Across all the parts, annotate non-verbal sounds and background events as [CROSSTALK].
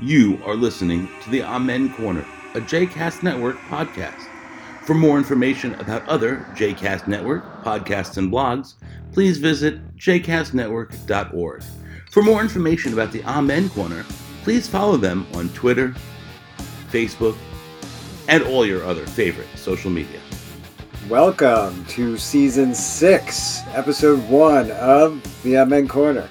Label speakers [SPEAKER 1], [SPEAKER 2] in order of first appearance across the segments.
[SPEAKER 1] You are listening to the Amen Corner, a JCast Network podcast. For more information about other JCast Network podcasts and blogs, please visit jcastnetwork.org. For more information about the Amen Corner, please follow them on Twitter, Facebook, and all your other favorite social media.
[SPEAKER 2] Welcome to season six, episode one of the Amen Corner.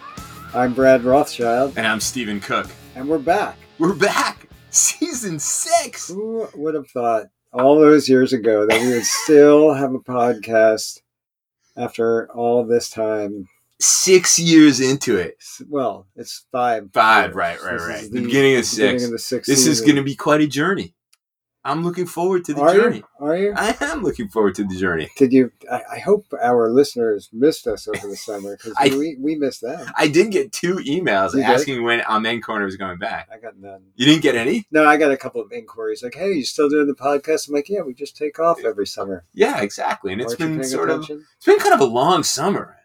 [SPEAKER 2] I'm Brad Rothschild,
[SPEAKER 3] And I'm Stephen Cook.
[SPEAKER 2] and we're back.
[SPEAKER 3] We're back! [LAUGHS] Season six!
[SPEAKER 2] Who would have thought all those years ago that we would still have a podcast after all this time?
[SPEAKER 3] Six years into it.
[SPEAKER 2] S- Well, it's five.
[SPEAKER 3] Five,
[SPEAKER 2] years.
[SPEAKER 3] right, right,
[SPEAKER 2] This is
[SPEAKER 3] right. The beginning of six.
[SPEAKER 2] the sixth
[SPEAKER 3] This is
[SPEAKER 2] season.
[SPEAKER 3] going to be quite a journey. I'm looking forward to the
[SPEAKER 2] Are
[SPEAKER 3] journey.
[SPEAKER 2] you? Are you?
[SPEAKER 3] I am looking forward to the journey.
[SPEAKER 2] Did you? I, I hope our listeners missed us over the summer because
[SPEAKER 3] I-
[SPEAKER 2] we, we missed them.
[SPEAKER 3] I did get two emails
[SPEAKER 2] You did?
[SPEAKER 3] asking when Amen Corner was going back.
[SPEAKER 2] I got none.
[SPEAKER 3] You didn't get any?
[SPEAKER 2] No, I got a couple of inquiries like, "Hey, you still doing the podcast?" I'm like, "Yeah, we just take off every summer."
[SPEAKER 3] Yeah, exactly. And it's
[SPEAKER 2] Aren't you
[SPEAKER 3] been
[SPEAKER 2] paying
[SPEAKER 3] sort of,
[SPEAKER 2] attention?
[SPEAKER 3] it's been kind of a long summer.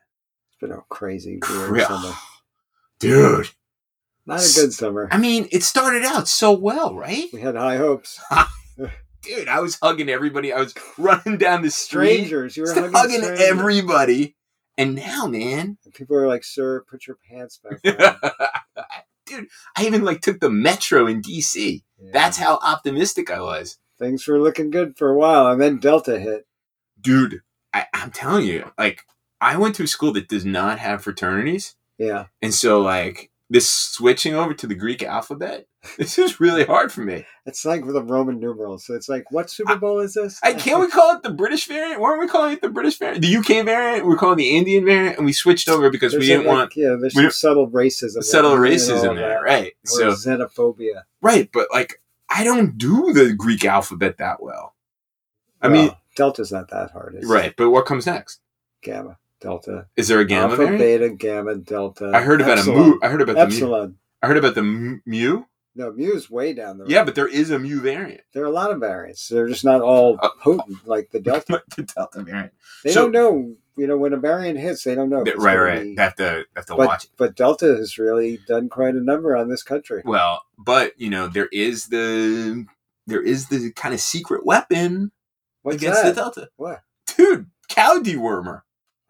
[SPEAKER 2] It's been a crazy, weird
[SPEAKER 3] Cra- [SIGHS]
[SPEAKER 2] summer.
[SPEAKER 3] Dude.
[SPEAKER 2] Not a good summer.
[SPEAKER 3] I mean, it started out so well, right?
[SPEAKER 2] We had high hopes.
[SPEAKER 3] Dude, I was hugging everybody. I was [LAUGHS] running down the street.
[SPEAKER 2] Strangers, you were
[SPEAKER 3] Just
[SPEAKER 2] hugging,
[SPEAKER 3] hugging,
[SPEAKER 2] strangers.
[SPEAKER 3] everybody. And now, man,
[SPEAKER 2] People are like, "Sir, put your pants
[SPEAKER 3] [LAUGHS]
[SPEAKER 2] back on."
[SPEAKER 3] dude, I even like took the metro in DC.
[SPEAKER 2] Yeah.
[SPEAKER 3] That's how optimistic I was,
[SPEAKER 2] things were looking good for a while, and then Delta hit.
[SPEAKER 3] dude. I, I'm telling you, like, I went to a school that does not have fraternities,
[SPEAKER 2] Yeah,
[SPEAKER 3] and so like this switching over to the Greek alphabet, [LAUGHS] this is really hard for me.
[SPEAKER 2] it's like with the Roman numerals. So it's like, what Super
[SPEAKER 3] I-
[SPEAKER 2] Bowl is this? [LAUGHS]
[SPEAKER 3] I can't we call it the British variant? Weren't we calling it the British variant? The UK variant? We're calling it the Indian variant, and we switched over because
[SPEAKER 2] There's
[SPEAKER 3] we didn't
[SPEAKER 2] like,
[SPEAKER 3] want
[SPEAKER 2] Yeah, there's some
[SPEAKER 3] we didn't-
[SPEAKER 2] subtle racism.
[SPEAKER 3] to settle
[SPEAKER 2] there, and all
[SPEAKER 3] racism
[SPEAKER 2] that.
[SPEAKER 3] there, right?
[SPEAKER 2] Or
[SPEAKER 3] So
[SPEAKER 2] xenophobia.
[SPEAKER 3] Right, but like I don't do the Greek alphabet that well. I
[SPEAKER 2] Well,
[SPEAKER 3] mean,
[SPEAKER 2] Delta's not that hard. It's
[SPEAKER 3] right, but what comes next?
[SPEAKER 2] Gamma, Delta,
[SPEAKER 3] Is there a gamma
[SPEAKER 2] Alpha,
[SPEAKER 3] variant?
[SPEAKER 2] Beta, Gamma, Delta.
[SPEAKER 3] I heard about
[SPEAKER 2] epsilon.
[SPEAKER 3] a mu. I heard about the mu.
[SPEAKER 2] Epsilon.
[SPEAKER 3] I heard about the mu- mu.
[SPEAKER 2] No, mu's way down the road.
[SPEAKER 3] Yeah, but there is a mu variant.
[SPEAKER 2] there are a lot of variants. They're just not all
[SPEAKER 3] Uh,
[SPEAKER 2] potent like the
[SPEAKER 3] [LAUGHS]
[SPEAKER 2] Delta.
[SPEAKER 3] But the delta variant.
[SPEAKER 2] They
[SPEAKER 3] so-
[SPEAKER 2] don't know. You know, when a variant hits, they don't know. if
[SPEAKER 3] Th-
[SPEAKER 2] Oh, it's
[SPEAKER 3] right,
[SPEAKER 2] gonna
[SPEAKER 3] right.
[SPEAKER 2] be-
[SPEAKER 3] Have to have to watch
[SPEAKER 2] But,
[SPEAKER 3] it.
[SPEAKER 2] but Delta has really done quite a number on this country.
[SPEAKER 3] Well, but you know there is the there is the kind of secret weapon
[SPEAKER 2] What's
[SPEAKER 3] against
[SPEAKER 2] that?
[SPEAKER 3] the delta.
[SPEAKER 2] What?
[SPEAKER 3] Dude, cow dewormer.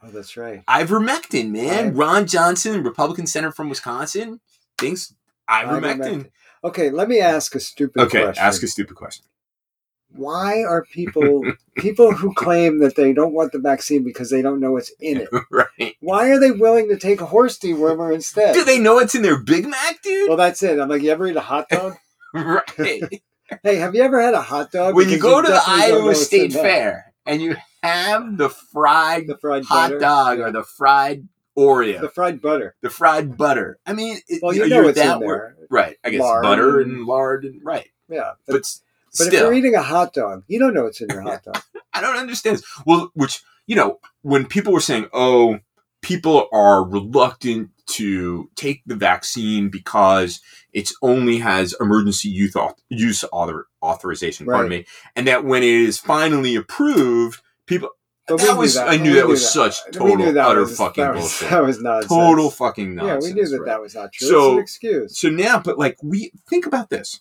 [SPEAKER 2] Oh, that's right.
[SPEAKER 3] Ivermectin, man.
[SPEAKER 2] Iver-
[SPEAKER 3] Ron Johnson, Republican senator from Wisconsin, thinks ivermectin.
[SPEAKER 2] Okay, let me ask a stupid
[SPEAKER 3] Okay,
[SPEAKER 2] question.
[SPEAKER 3] ask a stupid question. [LAUGHS]
[SPEAKER 2] Why are people people who claim that they don't want the vaccine because they don't know what's
[SPEAKER 3] [LAUGHS]
[SPEAKER 2] in it?
[SPEAKER 3] right.
[SPEAKER 2] Why are they willing to take a horse dewormer instead?
[SPEAKER 3] Do they know it's in their Big Mac, dude?
[SPEAKER 2] Well, that's it. I'm like, you ever eat a hot
[SPEAKER 3] [LAUGHS]
[SPEAKER 2] dog?
[SPEAKER 3] right.
[SPEAKER 2] hey, have you ever had a hot dog?
[SPEAKER 3] when you
[SPEAKER 2] Because
[SPEAKER 3] go to the
[SPEAKER 2] definitely don't know
[SPEAKER 3] Iowa
[SPEAKER 2] what's
[SPEAKER 3] State
[SPEAKER 2] in that.
[SPEAKER 3] Fair and you have the fried
[SPEAKER 2] the fried
[SPEAKER 3] hot
[SPEAKER 2] butter,
[SPEAKER 3] dog or the fried Oreo,
[SPEAKER 2] the
[SPEAKER 3] the,
[SPEAKER 2] fried butter.
[SPEAKER 3] fried butter, I mean, it,
[SPEAKER 2] Well, you
[SPEAKER 3] are
[SPEAKER 2] know what's in
[SPEAKER 3] that
[SPEAKER 2] there.
[SPEAKER 3] wor- Right. I guess
[SPEAKER 2] Lard
[SPEAKER 3] butter
[SPEAKER 2] and-
[SPEAKER 3] and lard and right.
[SPEAKER 2] Yeah,
[SPEAKER 3] But,
[SPEAKER 2] but,
[SPEAKER 3] s-
[SPEAKER 2] but if
[SPEAKER 3] still.
[SPEAKER 2] you're eating a hot dog, you don't know what's in your hot
[SPEAKER 3] [LAUGHS]
[SPEAKER 2] dog.
[SPEAKER 3] I don't understand. this. Well, which you know, when people were saying, "Oh, people are reluctant to take the vaccine because it's only has emergency youth au- use author- authorization," pardon me, and that when it is finally approved, people
[SPEAKER 2] But we
[SPEAKER 3] that was I
[SPEAKER 2] We
[SPEAKER 3] knew that was such
[SPEAKER 2] We knew
[SPEAKER 3] total
[SPEAKER 2] that
[SPEAKER 3] utter
[SPEAKER 2] was-
[SPEAKER 3] fucking
[SPEAKER 2] that was-
[SPEAKER 3] bullshit,
[SPEAKER 2] That was nonsense.
[SPEAKER 3] total fucking nonsense.
[SPEAKER 2] Yeah, we knew that
[SPEAKER 3] right?
[SPEAKER 2] that was not true. it's
[SPEAKER 3] So-
[SPEAKER 2] an excuse.
[SPEAKER 3] So now, but like we think about this,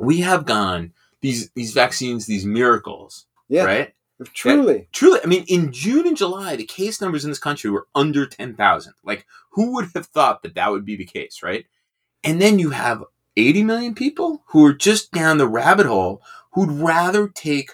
[SPEAKER 3] we have gone these these vaccines, these miracles,
[SPEAKER 2] Yeah,
[SPEAKER 3] right?
[SPEAKER 2] truly.
[SPEAKER 3] truly, I mean, in June and July, the case numbers in this country were under 10,000. Like, who would have thought that that would be the case, right? And then you have 80 million people who are just down the rabbit hole who'd rather take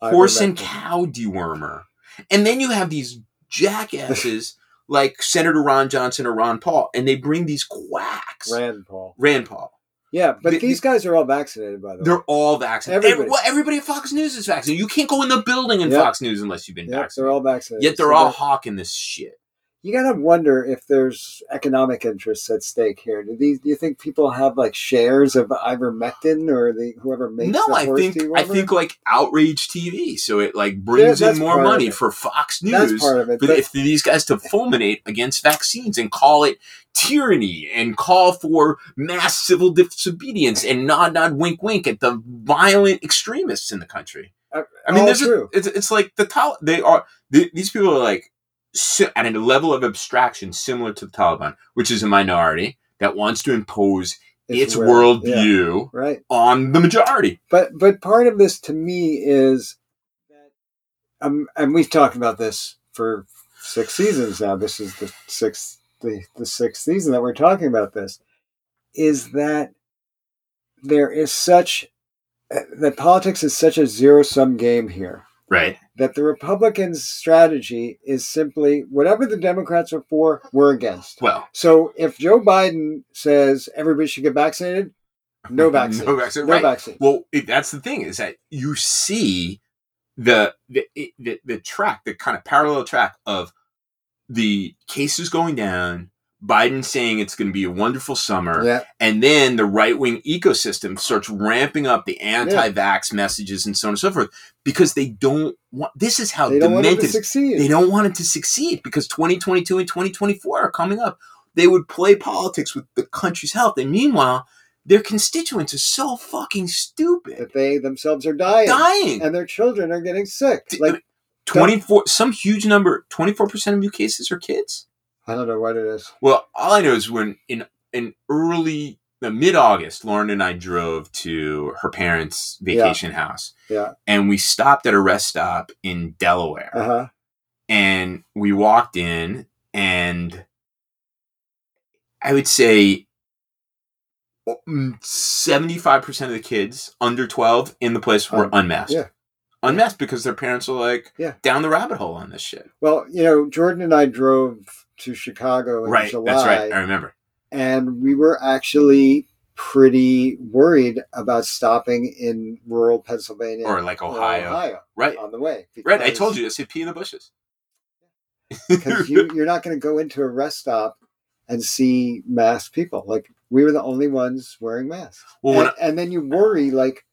[SPEAKER 3] horse and
[SPEAKER 2] Ivermectin.
[SPEAKER 3] cow dewormer. And then you have these
[SPEAKER 2] [LAUGHS]
[SPEAKER 3] jackasses like Senator Ron Johnson or Ron Paul, and they bring these quacks.
[SPEAKER 2] Rand Paul.
[SPEAKER 3] Rand Paul.
[SPEAKER 2] Yeah, but
[SPEAKER 3] The-
[SPEAKER 2] these guys are all vaccinated, by the way.
[SPEAKER 3] They're all vaccinated. Every-
[SPEAKER 2] Everybody.
[SPEAKER 3] well, everybody at Fox News is vaccinated. You can't go in the building in
[SPEAKER 2] Yep.
[SPEAKER 3] Fox News unless you've been
[SPEAKER 2] Yep,
[SPEAKER 3] vaccinated.
[SPEAKER 2] they're all vaccinated.
[SPEAKER 3] Yet they're
[SPEAKER 2] So
[SPEAKER 3] all hawking this shit.
[SPEAKER 2] you gotta wonder if there's economic interests at stake here. Do these? Do you think people have like shares of ivermectin or the whoever makes?
[SPEAKER 3] No,
[SPEAKER 2] the
[SPEAKER 3] I
[SPEAKER 2] horse
[SPEAKER 3] think I
[SPEAKER 2] dewormer?
[SPEAKER 3] think like outrage TV, so it like brings
[SPEAKER 2] that's
[SPEAKER 3] in more
[SPEAKER 2] part of
[SPEAKER 3] money
[SPEAKER 2] it.
[SPEAKER 3] for Fox
[SPEAKER 2] that's
[SPEAKER 3] News.
[SPEAKER 2] part of it.
[SPEAKER 3] But
[SPEAKER 2] but-
[SPEAKER 3] if these guys to fulminate against vaccines and call it tyranny and call for mass civil disobedience and nod nod wink wink at the violent extremists in the country.
[SPEAKER 2] Uh,
[SPEAKER 3] I mean,
[SPEAKER 2] all
[SPEAKER 3] there's a,
[SPEAKER 2] true.
[SPEAKER 3] it's, it's like the Tal- they are th- these people are like si- at a level of abstraction similar to the Taliban, which is a minority that wants to impose its,
[SPEAKER 2] world- yeah,
[SPEAKER 3] worldview
[SPEAKER 2] right.
[SPEAKER 3] on the majority.
[SPEAKER 2] But but part of this to me is that um, and we've talked about this for six seasons now. This is the sixth the, the sixth season that we're talking about this is that there is such uh, that politics is such a zero sum game here
[SPEAKER 3] Right.
[SPEAKER 2] that the Republicans' strategy is simply whatever the Democrats are for, we're against.
[SPEAKER 3] Well,
[SPEAKER 2] So if Joe Biden says everybody should get vaccinated, no vaccine,
[SPEAKER 3] [LAUGHS] No vaccine,
[SPEAKER 2] no
[SPEAKER 3] right.
[SPEAKER 2] vaccine.
[SPEAKER 3] Well, it, that's the thing is that you see the the, it, the the track, the kind of parallel track of the cases going down, Biden saying it's going to be a wonderful summer,
[SPEAKER 2] Yeah,
[SPEAKER 3] and then the right wing ecosystem starts ramping up the anti-vax messages and so on and so forth because they don't want. This is how
[SPEAKER 2] they don't want him to
[SPEAKER 3] demented
[SPEAKER 2] succeed.
[SPEAKER 3] they don't want it to succeed because 2022 and 2024 are coming up. They would play politics with the country's health, and meanwhile, their constituents are so fucking stupid,
[SPEAKER 2] that they themselves are dying,
[SPEAKER 3] dying.
[SPEAKER 2] and their children are getting sick.
[SPEAKER 3] D-
[SPEAKER 2] Like
[SPEAKER 3] 24, some huge number, 24 percent of new cases are kids.
[SPEAKER 2] I don't know what it is.
[SPEAKER 3] Well, all I know is when in in early mid August, Lauren and I drove to her parents' vacation house,
[SPEAKER 2] Yeah.
[SPEAKER 3] and we stopped at a rest stop in Delaware.
[SPEAKER 2] Uh huh.
[SPEAKER 3] and we walked in and i would say mm, 75% of the kids under 12 in the place were
[SPEAKER 2] Um,
[SPEAKER 3] unmasked
[SPEAKER 2] yeah.
[SPEAKER 3] unmasked because their parents were like
[SPEAKER 2] Yeah.
[SPEAKER 3] down the rabbit hole on this shit
[SPEAKER 2] Well, you know, Jordan and I drove to Chicago in
[SPEAKER 3] right
[SPEAKER 2] July.
[SPEAKER 3] that's right i remember
[SPEAKER 2] and we were actually pretty worried about stopping in rural Pennsylvania
[SPEAKER 3] or like ohio, right
[SPEAKER 2] on the way.
[SPEAKER 3] right i
[SPEAKER 2] Uh, because- [LAUGHS]
[SPEAKER 3] told you i said pee in the bushes [LAUGHS]
[SPEAKER 2] because you, you're not going to go into a rest stop and see masked people. Like we were the only ones wearing masks,
[SPEAKER 3] well when
[SPEAKER 2] and, and then you worry like,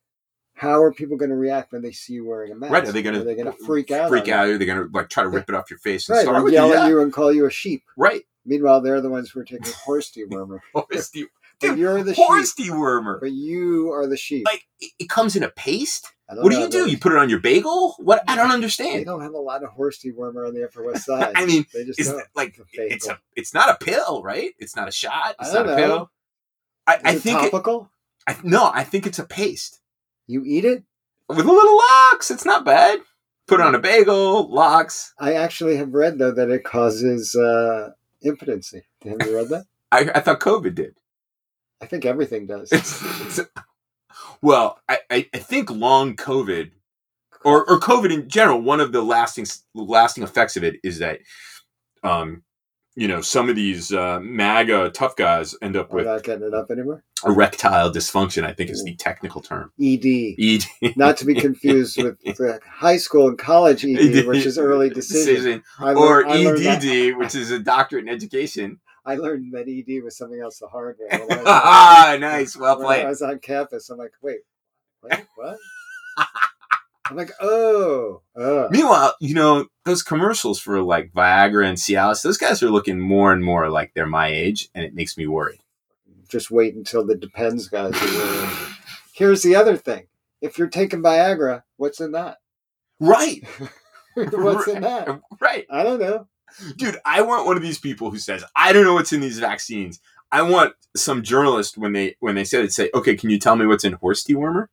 [SPEAKER 2] how are people going to react when they see you wearing a mask?
[SPEAKER 3] Right, are they gonna
[SPEAKER 2] are they going to freak out?
[SPEAKER 3] freak
[SPEAKER 2] on
[SPEAKER 3] out
[SPEAKER 2] you?
[SPEAKER 3] are they gonna like try to rip it off your face and
[SPEAKER 2] Right,
[SPEAKER 3] start
[SPEAKER 2] or
[SPEAKER 3] with
[SPEAKER 2] yell at
[SPEAKER 3] yeah.
[SPEAKER 2] you and call you a sheep.
[SPEAKER 3] right [LAUGHS]
[SPEAKER 2] Meanwhile, they're the ones who are taking horse dewormer.
[SPEAKER 3] horse de-
[SPEAKER 2] But
[SPEAKER 3] Dude,
[SPEAKER 2] you're the
[SPEAKER 3] horse
[SPEAKER 2] sheep,
[SPEAKER 3] dewormer
[SPEAKER 2] but you are the sheep.
[SPEAKER 3] like it, it comes in a paste
[SPEAKER 2] I
[SPEAKER 3] What do
[SPEAKER 2] know,
[SPEAKER 3] you do?
[SPEAKER 2] but-
[SPEAKER 3] You put it on your bagel? What? I don't
[SPEAKER 2] They
[SPEAKER 3] understand.
[SPEAKER 2] don't have a lot of horse dewormer on the Upper
[SPEAKER 3] [LAUGHS]
[SPEAKER 2] West Side.
[SPEAKER 3] I mean,
[SPEAKER 2] they just
[SPEAKER 3] It's
[SPEAKER 2] don't.
[SPEAKER 3] like
[SPEAKER 2] It's a bagel.
[SPEAKER 3] it's a it's not a pill, right? It's not a shot.
[SPEAKER 2] I
[SPEAKER 3] It's
[SPEAKER 2] don't
[SPEAKER 3] not a
[SPEAKER 2] know.
[SPEAKER 3] pill. I, I
[SPEAKER 2] Is it
[SPEAKER 3] think it,
[SPEAKER 2] topical.
[SPEAKER 3] I, no. I think it's a paste
[SPEAKER 2] you eat it.
[SPEAKER 3] with a little locks. It's not bad. Put it on a bagel, locks.
[SPEAKER 2] I actually have read though that it causes uh, impotency. Have you read that?
[SPEAKER 3] I, I thought COVID did. [LAUGHS]
[SPEAKER 2] I think everything does.
[SPEAKER 3] It's, it's- well, I, I, I think long COVID or, or COVID in general, one of the lasting lasting effects of it is that, um, you know, some of these uh, MAGA tough guys end up
[SPEAKER 2] We're
[SPEAKER 3] with
[SPEAKER 2] not getting it up anymore. E
[SPEAKER 3] erectile dysfunction, I think is the technical term. [LAUGHS] E
[SPEAKER 2] ED,
[SPEAKER 3] ED.
[SPEAKER 2] not to be confused
[SPEAKER 3] [LAUGHS]
[SPEAKER 2] with the high school and college
[SPEAKER 3] E
[SPEAKER 2] ED, E which is early decision, I lear-
[SPEAKER 3] Or E
[SPEAKER 2] I learned that-
[SPEAKER 3] EDD, which is a doctorate
[SPEAKER 2] [LAUGHS]
[SPEAKER 3] in education.
[SPEAKER 2] I learned that ED was something else the hard way.
[SPEAKER 3] [LAUGHS]
[SPEAKER 2] When I was-
[SPEAKER 3] ah, nice. Well
[SPEAKER 2] when I
[SPEAKER 3] played.
[SPEAKER 2] was on campus. I'm like, wait, wait, what? I'm like, oh, oh.
[SPEAKER 3] Meanwhile, you know, those commercials for like Viagra and Cialis, those guys are looking more and more like they're my age, and it makes me worried.
[SPEAKER 2] just wait until the depends guys are wearing. it. Here's the other thing: if you're taking Viagra, what's in that? [LAUGHS]
[SPEAKER 3] Right. [LAUGHS]
[SPEAKER 2] what's in that?
[SPEAKER 3] Right.
[SPEAKER 2] I don't know.
[SPEAKER 3] Dude, I want one of these people who says, I don't know what's in these vaccines. I want some journalist when they when they said it say, okay, can you tell me what's in horse dewormer?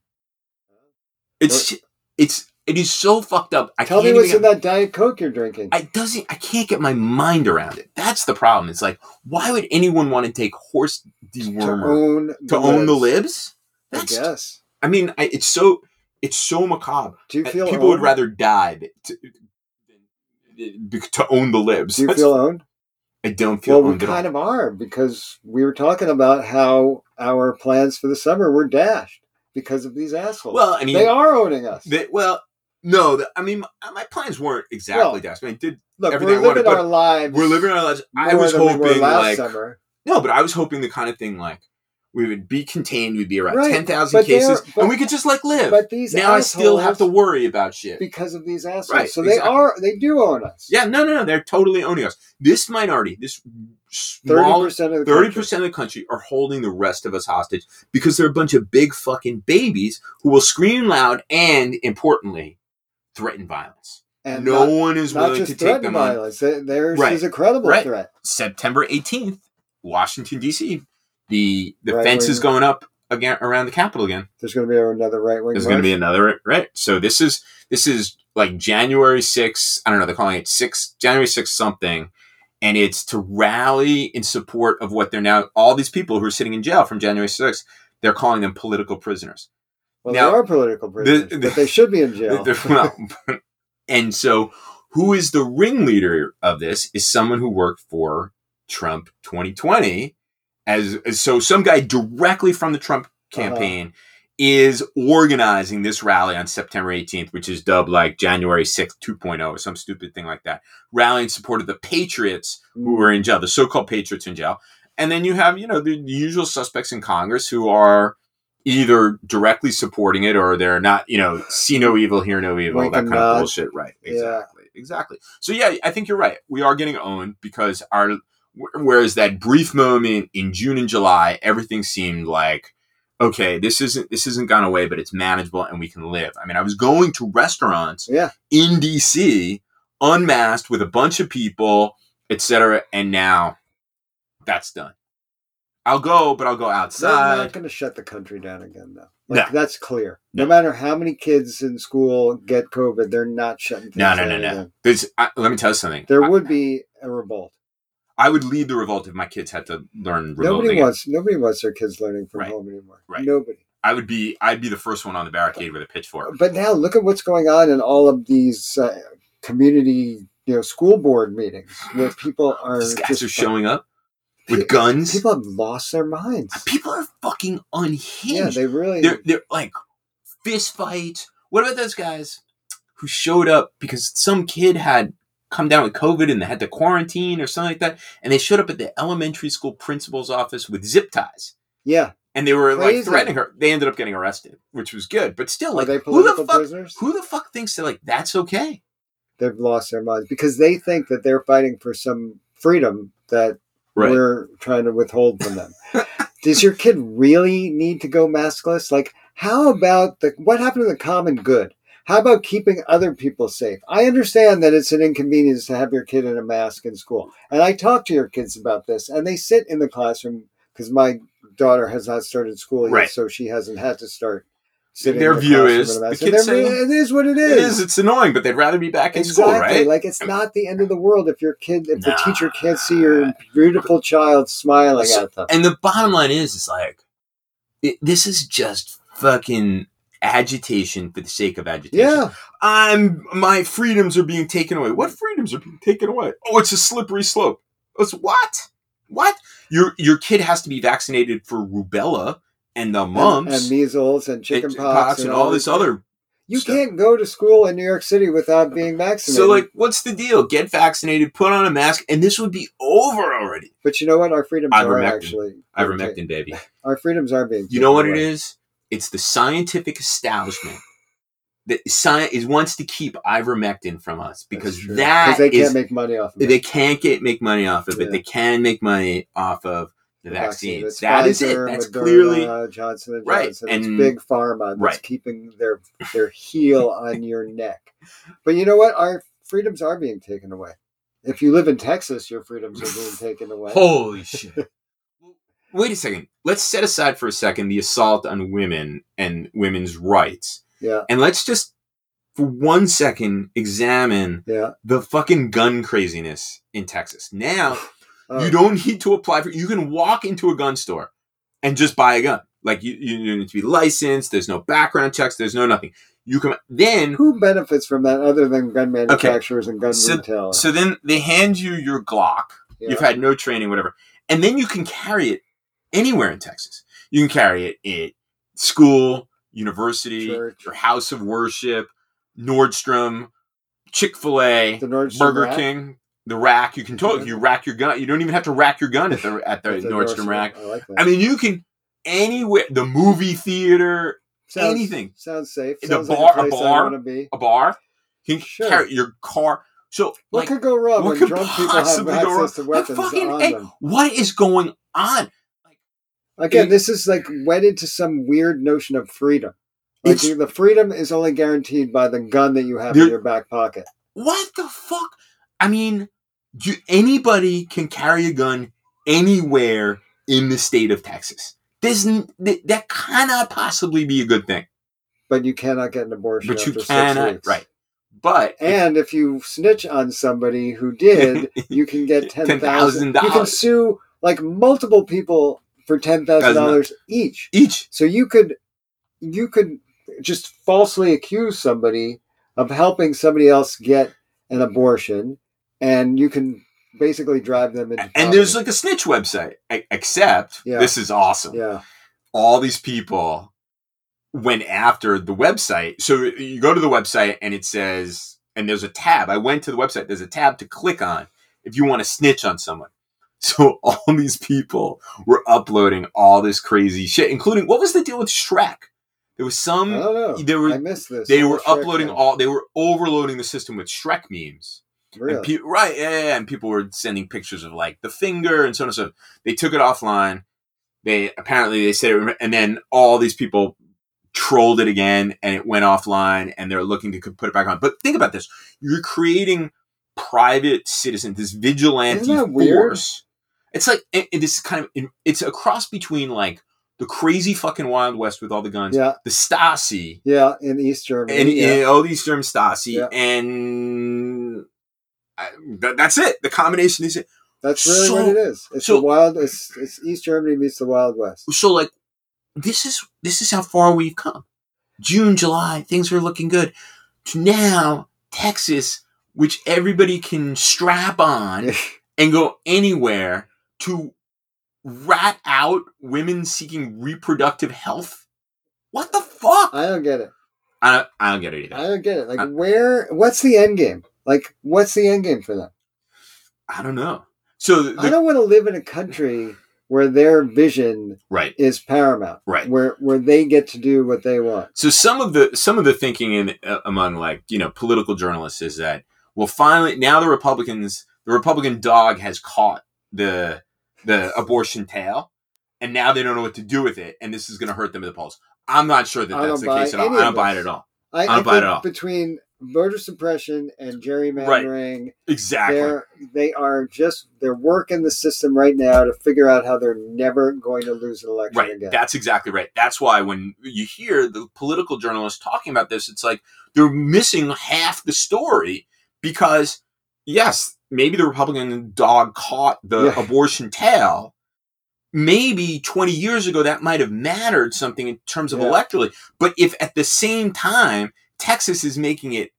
[SPEAKER 3] It's it's it is so fucked up. I
[SPEAKER 2] Tell me
[SPEAKER 3] can't
[SPEAKER 2] what's
[SPEAKER 3] even,
[SPEAKER 2] in that Diet Coke you're drinking.
[SPEAKER 3] I doesn't I can't get my mind around it. That's the problem. It's like why would anyone want to take horse
[SPEAKER 2] to
[SPEAKER 3] dewormer
[SPEAKER 2] own
[SPEAKER 3] to, own the
[SPEAKER 2] libs,
[SPEAKER 3] libs?
[SPEAKER 2] I
[SPEAKER 3] That's
[SPEAKER 2] guess.
[SPEAKER 3] I mean I, it's so it's so macabre.
[SPEAKER 2] Do you
[SPEAKER 3] that
[SPEAKER 2] feel
[SPEAKER 3] Uh, People
[SPEAKER 2] owned?
[SPEAKER 3] would rather die than to, to own the libs.
[SPEAKER 2] Do you
[SPEAKER 3] That's-
[SPEAKER 2] feel owned?
[SPEAKER 3] I don't
[SPEAKER 2] Well,
[SPEAKER 3] feel
[SPEAKER 2] we
[SPEAKER 3] owned at all.
[SPEAKER 2] kind of are because we were talking about how our plans for the summer were dashed because of these assholes.
[SPEAKER 3] Well, I mean,
[SPEAKER 2] they are owning us.
[SPEAKER 3] They, well, no, the, I mean, my, my plans weren't exactly
[SPEAKER 2] Well,
[SPEAKER 3] dashed. I mean, did
[SPEAKER 2] Look,
[SPEAKER 3] everything I
[SPEAKER 2] we're living
[SPEAKER 3] wanted, but
[SPEAKER 2] our lives.
[SPEAKER 3] we're living our lives? I
[SPEAKER 2] more
[SPEAKER 3] was
[SPEAKER 2] than we were
[SPEAKER 3] hoping
[SPEAKER 2] last
[SPEAKER 3] like
[SPEAKER 2] summer.
[SPEAKER 3] no, but I was hoping the kind of thing like we would be contained, we'd be around
[SPEAKER 2] Right,
[SPEAKER 3] ten thousand
[SPEAKER 2] but they're-
[SPEAKER 3] cases,
[SPEAKER 2] but-
[SPEAKER 3] and we could just like live.
[SPEAKER 2] But these
[SPEAKER 3] now I still have to
[SPEAKER 2] assholes-
[SPEAKER 3] worry about shit.
[SPEAKER 2] because of these assholes.
[SPEAKER 3] Right,
[SPEAKER 2] so they
[SPEAKER 3] exactly.
[SPEAKER 2] are they do own us.
[SPEAKER 3] yeah, no, no, no, they're totally owning us. This minority, this
[SPEAKER 2] thirty
[SPEAKER 3] small
[SPEAKER 2] percent of the
[SPEAKER 3] Thirty
[SPEAKER 2] country.
[SPEAKER 3] percent of the country are holding the rest of us hostage because they're a bunch of big fucking babies who will scream loud and, importantly, threaten violence.
[SPEAKER 2] and
[SPEAKER 3] no
[SPEAKER 2] not,
[SPEAKER 3] one is
[SPEAKER 2] not
[SPEAKER 3] willing
[SPEAKER 2] just
[SPEAKER 3] to take
[SPEAKER 2] threatened
[SPEAKER 3] them on.
[SPEAKER 2] violence. They- Theirs
[SPEAKER 3] Right,
[SPEAKER 2] is a credible
[SPEAKER 3] right.
[SPEAKER 2] threat.
[SPEAKER 3] September 18th, Washington, D.C. the the
[SPEAKER 2] Right
[SPEAKER 3] fence
[SPEAKER 2] wing.
[SPEAKER 3] is going up again around the Capitol again.
[SPEAKER 2] There's going to be another right wing.
[SPEAKER 3] There's going to be another right. So this is this is like January 6th. I don't know. They're calling it six January 6th something, and it's to rally in support of what they're now all these people who are sitting in jail from January 6th. They're calling them political prisoners.
[SPEAKER 2] Well,
[SPEAKER 3] now-
[SPEAKER 2] they are political prisoners,
[SPEAKER 3] [LAUGHS] the-
[SPEAKER 2] but they should be in jail.
[SPEAKER 3] They're- well, and so, who is the ringleader of this? Is someone who worked for Trump 2020, as, as- so some guy directly from the Trump campaign is organizing this rally on September 18th, which is dubbed like January 6th 2.0 or oh, some stupid thing like that. Rally in support of the Patriots who
[SPEAKER 2] Mm.
[SPEAKER 3] are in jail, the so-called patriots in jail, and then you have you know the usual suspects in Congress who are either directly supporting it or they're not. You know, see no evil, hear no evil,
[SPEAKER 2] Wink
[SPEAKER 3] that
[SPEAKER 2] and
[SPEAKER 3] kind of
[SPEAKER 2] nod.
[SPEAKER 3] bullshit. Right?
[SPEAKER 2] Yeah.
[SPEAKER 3] Exactly. Exactly. So yeah, I think you're right. We are getting owned because our whereas that brief moment in June and July, everything seemed like. Okay, this isn't this isn't gone away, but it's manageable and we can live. I mean, I was going to restaurants
[SPEAKER 2] Yeah.
[SPEAKER 3] in DC unmasked with a bunch of people etc. And now that's done. I'll go, but I'll go
[SPEAKER 2] They're not
[SPEAKER 3] outside.
[SPEAKER 2] going to shut the country down again, though.
[SPEAKER 3] No.
[SPEAKER 2] Like, That's clear.
[SPEAKER 3] No.
[SPEAKER 2] No. matter how many kids in school get COVID, they're not shutting things
[SPEAKER 3] No, no,
[SPEAKER 2] down
[SPEAKER 3] no, no.
[SPEAKER 2] again.
[SPEAKER 3] There's, I, let me tell you something.
[SPEAKER 2] There
[SPEAKER 3] I,
[SPEAKER 2] would be a revolt.
[SPEAKER 3] I would lead the revolt if my kids had to learn revolt.
[SPEAKER 2] Nobody
[SPEAKER 3] again.
[SPEAKER 2] wants nobody wants their kids learning from
[SPEAKER 3] Right.
[SPEAKER 2] home anymore.
[SPEAKER 3] Right.
[SPEAKER 2] Nobody.
[SPEAKER 3] I would be. I'd be the first one on the barricade with a pitchfork.
[SPEAKER 2] But now look at what's going on in all of these uh, community, you know, school board meetings
[SPEAKER 3] [SIGHS]
[SPEAKER 2] where people are
[SPEAKER 3] These guys
[SPEAKER 2] Uh, just
[SPEAKER 3] are showing up with guns.
[SPEAKER 2] People have lost their minds.
[SPEAKER 3] People are fucking unhinged.
[SPEAKER 2] Yeah, they really.
[SPEAKER 3] they're they're like fist fight. What about those guys who showed up because some kid had come down with COVID and they had to quarantine or something like that, and they showed up at the elementary school principal's office with zip ties.
[SPEAKER 2] yeah.
[SPEAKER 3] And they were like
[SPEAKER 2] Crazy.
[SPEAKER 3] threatening her. They ended up getting arrested, which was good. But still,
[SPEAKER 2] Are
[SPEAKER 3] like
[SPEAKER 2] they
[SPEAKER 3] who the
[SPEAKER 2] political
[SPEAKER 3] fuck
[SPEAKER 2] prisoners?
[SPEAKER 3] who the fuck thinks that like that's okay?
[SPEAKER 2] They've lost their minds because they think that they're fighting for some freedom that we're trying to withhold from them. Does your kid really need to go maskless? Like, how about the what happened to the common good? How about keeping other people safe? I understand that it's an inconvenience to have your kid in a mask in school. And I talk to your kids about this, and they sit in the classroom because my daughter has not started school yet,
[SPEAKER 3] Right.
[SPEAKER 2] so she hasn't had to start sitting
[SPEAKER 3] Their
[SPEAKER 2] in the
[SPEAKER 3] view
[SPEAKER 2] classroom in
[SPEAKER 3] is
[SPEAKER 2] a mask.
[SPEAKER 3] the
[SPEAKER 2] And
[SPEAKER 3] kids
[SPEAKER 2] their view-
[SPEAKER 3] say,
[SPEAKER 2] it is what it
[SPEAKER 3] It
[SPEAKER 2] is.
[SPEAKER 3] is. It's annoying, but they'd rather be back in school, right?
[SPEAKER 2] Like it's not the end of the world if your kid, if the
[SPEAKER 3] Nah.
[SPEAKER 2] teacher can't see your beautiful child smiling
[SPEAKER 3] So-
[SPEAKER 2] at them.
[SPEAKER 3] And the bottom line is, it's like it, this is just fucking agitation for the sake of agitation.
[SPEAKER 2] Yeah,
[SPEAKER 3] I'm my freedoms are being taken away. What freedoms are being taken away? Oh, it's a slippery slope. It's what? What? Your your kid has to be vaccinated for rubella and the
[SPEAKER 2] and,
[SPEAKER 3] mumps
[SPEAKER 2] and measles and
[SPEAKER 3] and
[SPEAKER 2] chickenpox
[SPEAKER 3] pox and all this other.
[SPEAKER 2] You
[SPEAKER 3] stuff.
[SPEAKER 2] can't go to school in New York City without being vaccinated.
[SPEAKER 3] So like, what's the deal? Get vaccinated, put on a mask, and this would be over already.
[SPEAKER 2] but you know what? Our freedoms are
[SPEAKER 3] Ivermectin.
[SPEAKER 2] actually
[SPEAKER 3] Ivermectin,
[SPEAKER 2] [LAUGHS]
[SPEAKER 3] baby.
[SPEAKER 2] Our freedoms are being.
[SPEAKER 3] You know what it
[SPEAKER 2] taken away.
[SPEAKER 3] is? It's the scientific establishment that science is wants to keep ivermectin from us because
[SPEAKER 2] That's true.
[SPEAKER 3] that
[SPEAKER 2] they can't
[SPEAKER 3] is-
[SPEAKER 2] make money off of it.
[SPEAKER 3] they can't get make money off of it.
[SPEAKER 2] Yeah.
[SPEAKER 3] They can make money off of the, vaccines.
[SPEAKER 2] It's
[SPEAKER 3] That is
[SPEAKER 2] Pfizer,
[SPEAKER 3] it. That's
[SPEAKER 2] Moderna,
[SPEAKER 3] clearly
[SPEAKER 2] Johnson and
[SPEAKER 3] Right,
[SPEAKER 2] Johnson.
[SPEAKER 3] and-
[SPEAKER 2] it's big pharma that's
[SPEAKER 3] right.
[SPEAKER 2] keeping their their heel on your neck. But you know what? Our freedoms are being taken away. If you live in Texas, your freedoms are being taken away.
[SPEAKER 3] holy
[SPEAKER 2] [LAUGHS]
[SPEAKER 3] shit. Wait a second. Let's set aside for a second the assault on women and women's rights,
[SPEAKER 2] Yeah,
[SPEAKER 3] and let's just for one second examine
[SPEAKER 2] yeah.
[SPEAKER 3] the fucking gun craziness in Texas.
[SPEAKER 2] [SIGHS]
[SPEAKER 3] Now
[SPEAKER 2] Oh,
[SPEAKER 3] You don't need to apply for. You can walk into a gun store and just buy a gun. Like you, you don't need to be licensed. There's no background checks. There's no nothing. You can then.
[SPEAKER 2] who benefits from that other than gun manufacturers and gun
[SPEAKER 3] So-
[SPEAKER 2] retail?
[SPEAKER 3] So then they hand you your Glock.
[SPEAKER 2] Yeah.
[SPEAKER 3] You've had no training, whatever, and then you can carry it anywhere in Texas. You can carry it at school, university,
[SPEAKER 2] Church.
[SPEAKER 3] your house of worship, Nordstrom, Chick Fil A,
[SPEAKER 2] the Nordstrom
[SPEAKER 3] Burger
[SPEAKER 2] rack?
[SPEAKER 3] King, the rack. You can totally you rack your gun. You don't even have to rack your gun at the at the
[SPEAKER 2] That's a
[SPEAKER 3] Nordstrom rack.
[SPEAKER 2] I like that.
[SPEAKER 3] I mean, you can anywhere the movie theater,
[SPEAKER 2] Sounds-
[SPEAKER 3] anything.
[SPEAKER 2] sounds safe.
[SPEAKER 3] The
[SPEAKER 2] Sounds
[SPEAKER 3] bar- a
[SPEAKER 2] like a place I
[SPEAKER 3] bar?
[SPEAKER 2] want to be.
[SPEAKER 3] a bar, you can
[SPEAKER 2] Sure.
[SPEAKER 3] carry your car. So
[SPEAKER 2] What
[SPEAKER 3] like,
[SPEAKER 2] could go wrong
[SPEAKER 3] what
[SPEAKER 2] when
[SPEAKER 3] could
[SPEAKER 2] drunk people have
[SPEAKER 3] possibly go wrong?
[SPEAKER 2] access to weapons
[SPEAKER 3] fucking,
[SPEAKER 2] on
[SPEAKER 3] hey,
[SPEAKER 2] them?
[SPEAKER 3] what is going on?
[SPEAKER 2] Again,
[SPEAKER 3] It-
[SPEAKER 2] this is like wedded to some weird notion of freedom. Like
[SPEAKER 3] It's-
[SPEAKER 2] you- the freedom is only guaranteed by the gun that you have in
[SPEAKER 3] There-
[SPEAKER 2] your back pocket.
[SPEAKER 3] What the fuck? I mean, you, anybody can carry a gun anywhere in the state of Texas. This n- th- that cannot possibly be a good thing.
[SPEAKER 2] But you cannot get an abortion.
[SPEAKER 3] But you
[SPEAKER 2] after six
[SPEAKER 3] cannot
[SPEAKER 2] weeks.
[SPEAKER 3] right. But [LAUGHS]
[SPEAKER 2] And if you snitch on somebody who did, you can get ten thousand. You can
[SPEAKER 3] $10,000.
[SPEAKER 2] sue like multiple people for ten thousand dollars each.
[SPEAKER 3] each
[SPEAKER 2] So you could, you could just falsely accuse somebody of helping somebody else get an abortion, and you can basically drive them into.
[SPEAKER 3] and there's
[SPEAKER 2] poverty.
[SPEAKER 3] like a snitch website. E- Except
[SPEAKER 2] Yeah.
[SPEAKER 3] this is awesome.
[SPEAKER 2] yeah,
[SPEAKER 3] all these people went after the website. So you go to the website and it says, and there's a tab. I went to the website. There's a tab to click on if you want to snitch on someone. [LAUGHS] So all these people were uploading all this crazy shit, including what was the deal with Shrek? There was
[SPEAKER 2] I
[SPEAKER 3] some.
[SPEAKER 2] don't know.
[SPEAKER 3] Um, They were
[SPEAKER 2] Oh, I missed this.
[SPEAKER 3] they
[SPEAKER 2] I'm
[SPEAKER 3] were
[SPEAKER 2] a Shrek
[SPEAKER 3] uploading
[SPEAKER 2] fan.
[SPEAKER 3] all. They were overloading the system with Shrek memes.
[SPEAKER 2] Really?
[SPEAKER 3] And pe- right, yeah, yeah, yeah, and people were sending pictures of like the finger and so on and so. on. They took it offline. They apparently they said it, and then all these people trolled it again, and it went offline, and they're looking to put it back on. But think about this: you're creating private citizen, this vigilante
[SPEAKER 2] Isn't that weird?
[SPEAKER 3] force. It's like it, it is kind of it's a cross between like the crazy fucking Wild West with all the guns,
[SPEAKER 2] yeah,
[SPEAKER 3] the Stasi,
[SPEAKER 2] yeah, in East Germany.
[SPEAKER 3] and,
[SPEAKER 2] yeah.
[SPEAKER 3] and eh, all these terms Stasi,
[SPEAKER 2] Yeah.
[SPEAKER 3] and I, that, that's it. The combination is it.
[SPEAKER 2] That's really what
[SPEAKER 3] So-
[SPEAKER 2] it is. It's
[SPEAKER 3] so-
[SPEAKER 2] the wild. It's, it's East Germany meets the Wild [LAUGHS] West.
[SPEAKER 3] So like, this is this is how far we've come. June, July, things were looking good. To now, Texas, which everybody can strap on and go anywhere to rat out women seeking reproductive health. What the fuck?
[SPEAKER 2] I don't get it.
[SPEAKER 3] I don't, I don't get it either.
[SPEAKER 2] Uh, I don't get it. Like,
[SPEAKER 3] I-
[SPEAKER 2] where? What's the end game? Like, what's the end game for them?
[SPEAKER 3] I don't know. So the,
[SPEAKER 2] I don't want to live in a country where their vision
[SPEAKER 3] right,
[SPEAKER 2] is paramount.
[SPEAKER 3] right.
[SPEAKER 2] Where where they get to do what they want.
[SPEAKER 3] So some of the some of the thinking in uh, among like you know political journalists is that well finally now the Republicans the Republican dog has caught the the abortion tail and now they don't know what to do with it and this is going to hurt them in the polls. I'm not sure that
[SPEAKER 2] I
[SPEAKER 3] that's
[SPEAKER 2] don't
[SPEAKER 3] the case
[SPEAKER 2] buy
[SPEAKER 3] at all.
[SPEAKER 2] any
[SPEAKER 3] I
[SPEAKER 2] of
[SPEAKER 3] don't buy it
[SPEAKER 2] this.
[SPEAKER 3] at all.
[SPEAKER 2] I,
[SPEAKER 3] don't buy it
[SPEAKER 2] think
[SPEAKER 3] at all.
[SPEAKER 2] Between voter suppression and gerrymandering,
[SPEAKER 3] Exactly.
[SPEAKER 2] they're they are just they're working the system right now to figure out how they're never going to lose an election
[SPEAKER 3] Right.
[SPEAKER 2] again.
[SPEAKER 3] That's exactly right. That's why when you hear the political journalists talking about this, it's like they're missing half the story because, yes, maybe the Republican dog caught the
[SPEAKER 2] Yeah.
[SPEAKER 3] abortion tail. Maybe 20 years ago, that might have mattered something in terms of
[SPEAKER 2] Yeah.
[SPEAKER 3] electorally. But if at the same time, Texas is making it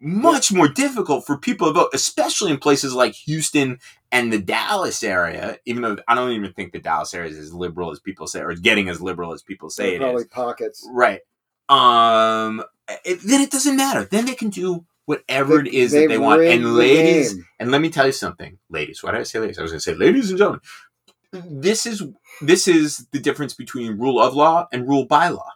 [SPEAKER 3] much more difficult for people to vote, especially in places like Houston and the Dallas area, even though I don't even think the Dallas area is as liberal as people say, or is getting as liberal as people
[SPEAKER 2] They're
[SPEAKER 3] say it
[SPEAKER 2] probably
[SPEAKER 3] is.
[SPEAKER 2] pockets.
[SPEAKER 3] Right. Um, it, then it doesn't matter. Then they can do whatever it is that they want.
[SPEAKER 2] rigged the
[SPEAKER 3] And ladies,
[SPEAKER 2] game.
[SPEAKER 3] and let me tell you something, ladies. Why did I say ladies? I was going to say, ladies and gentlemen, this is this is the difference between rule of law and rule by law.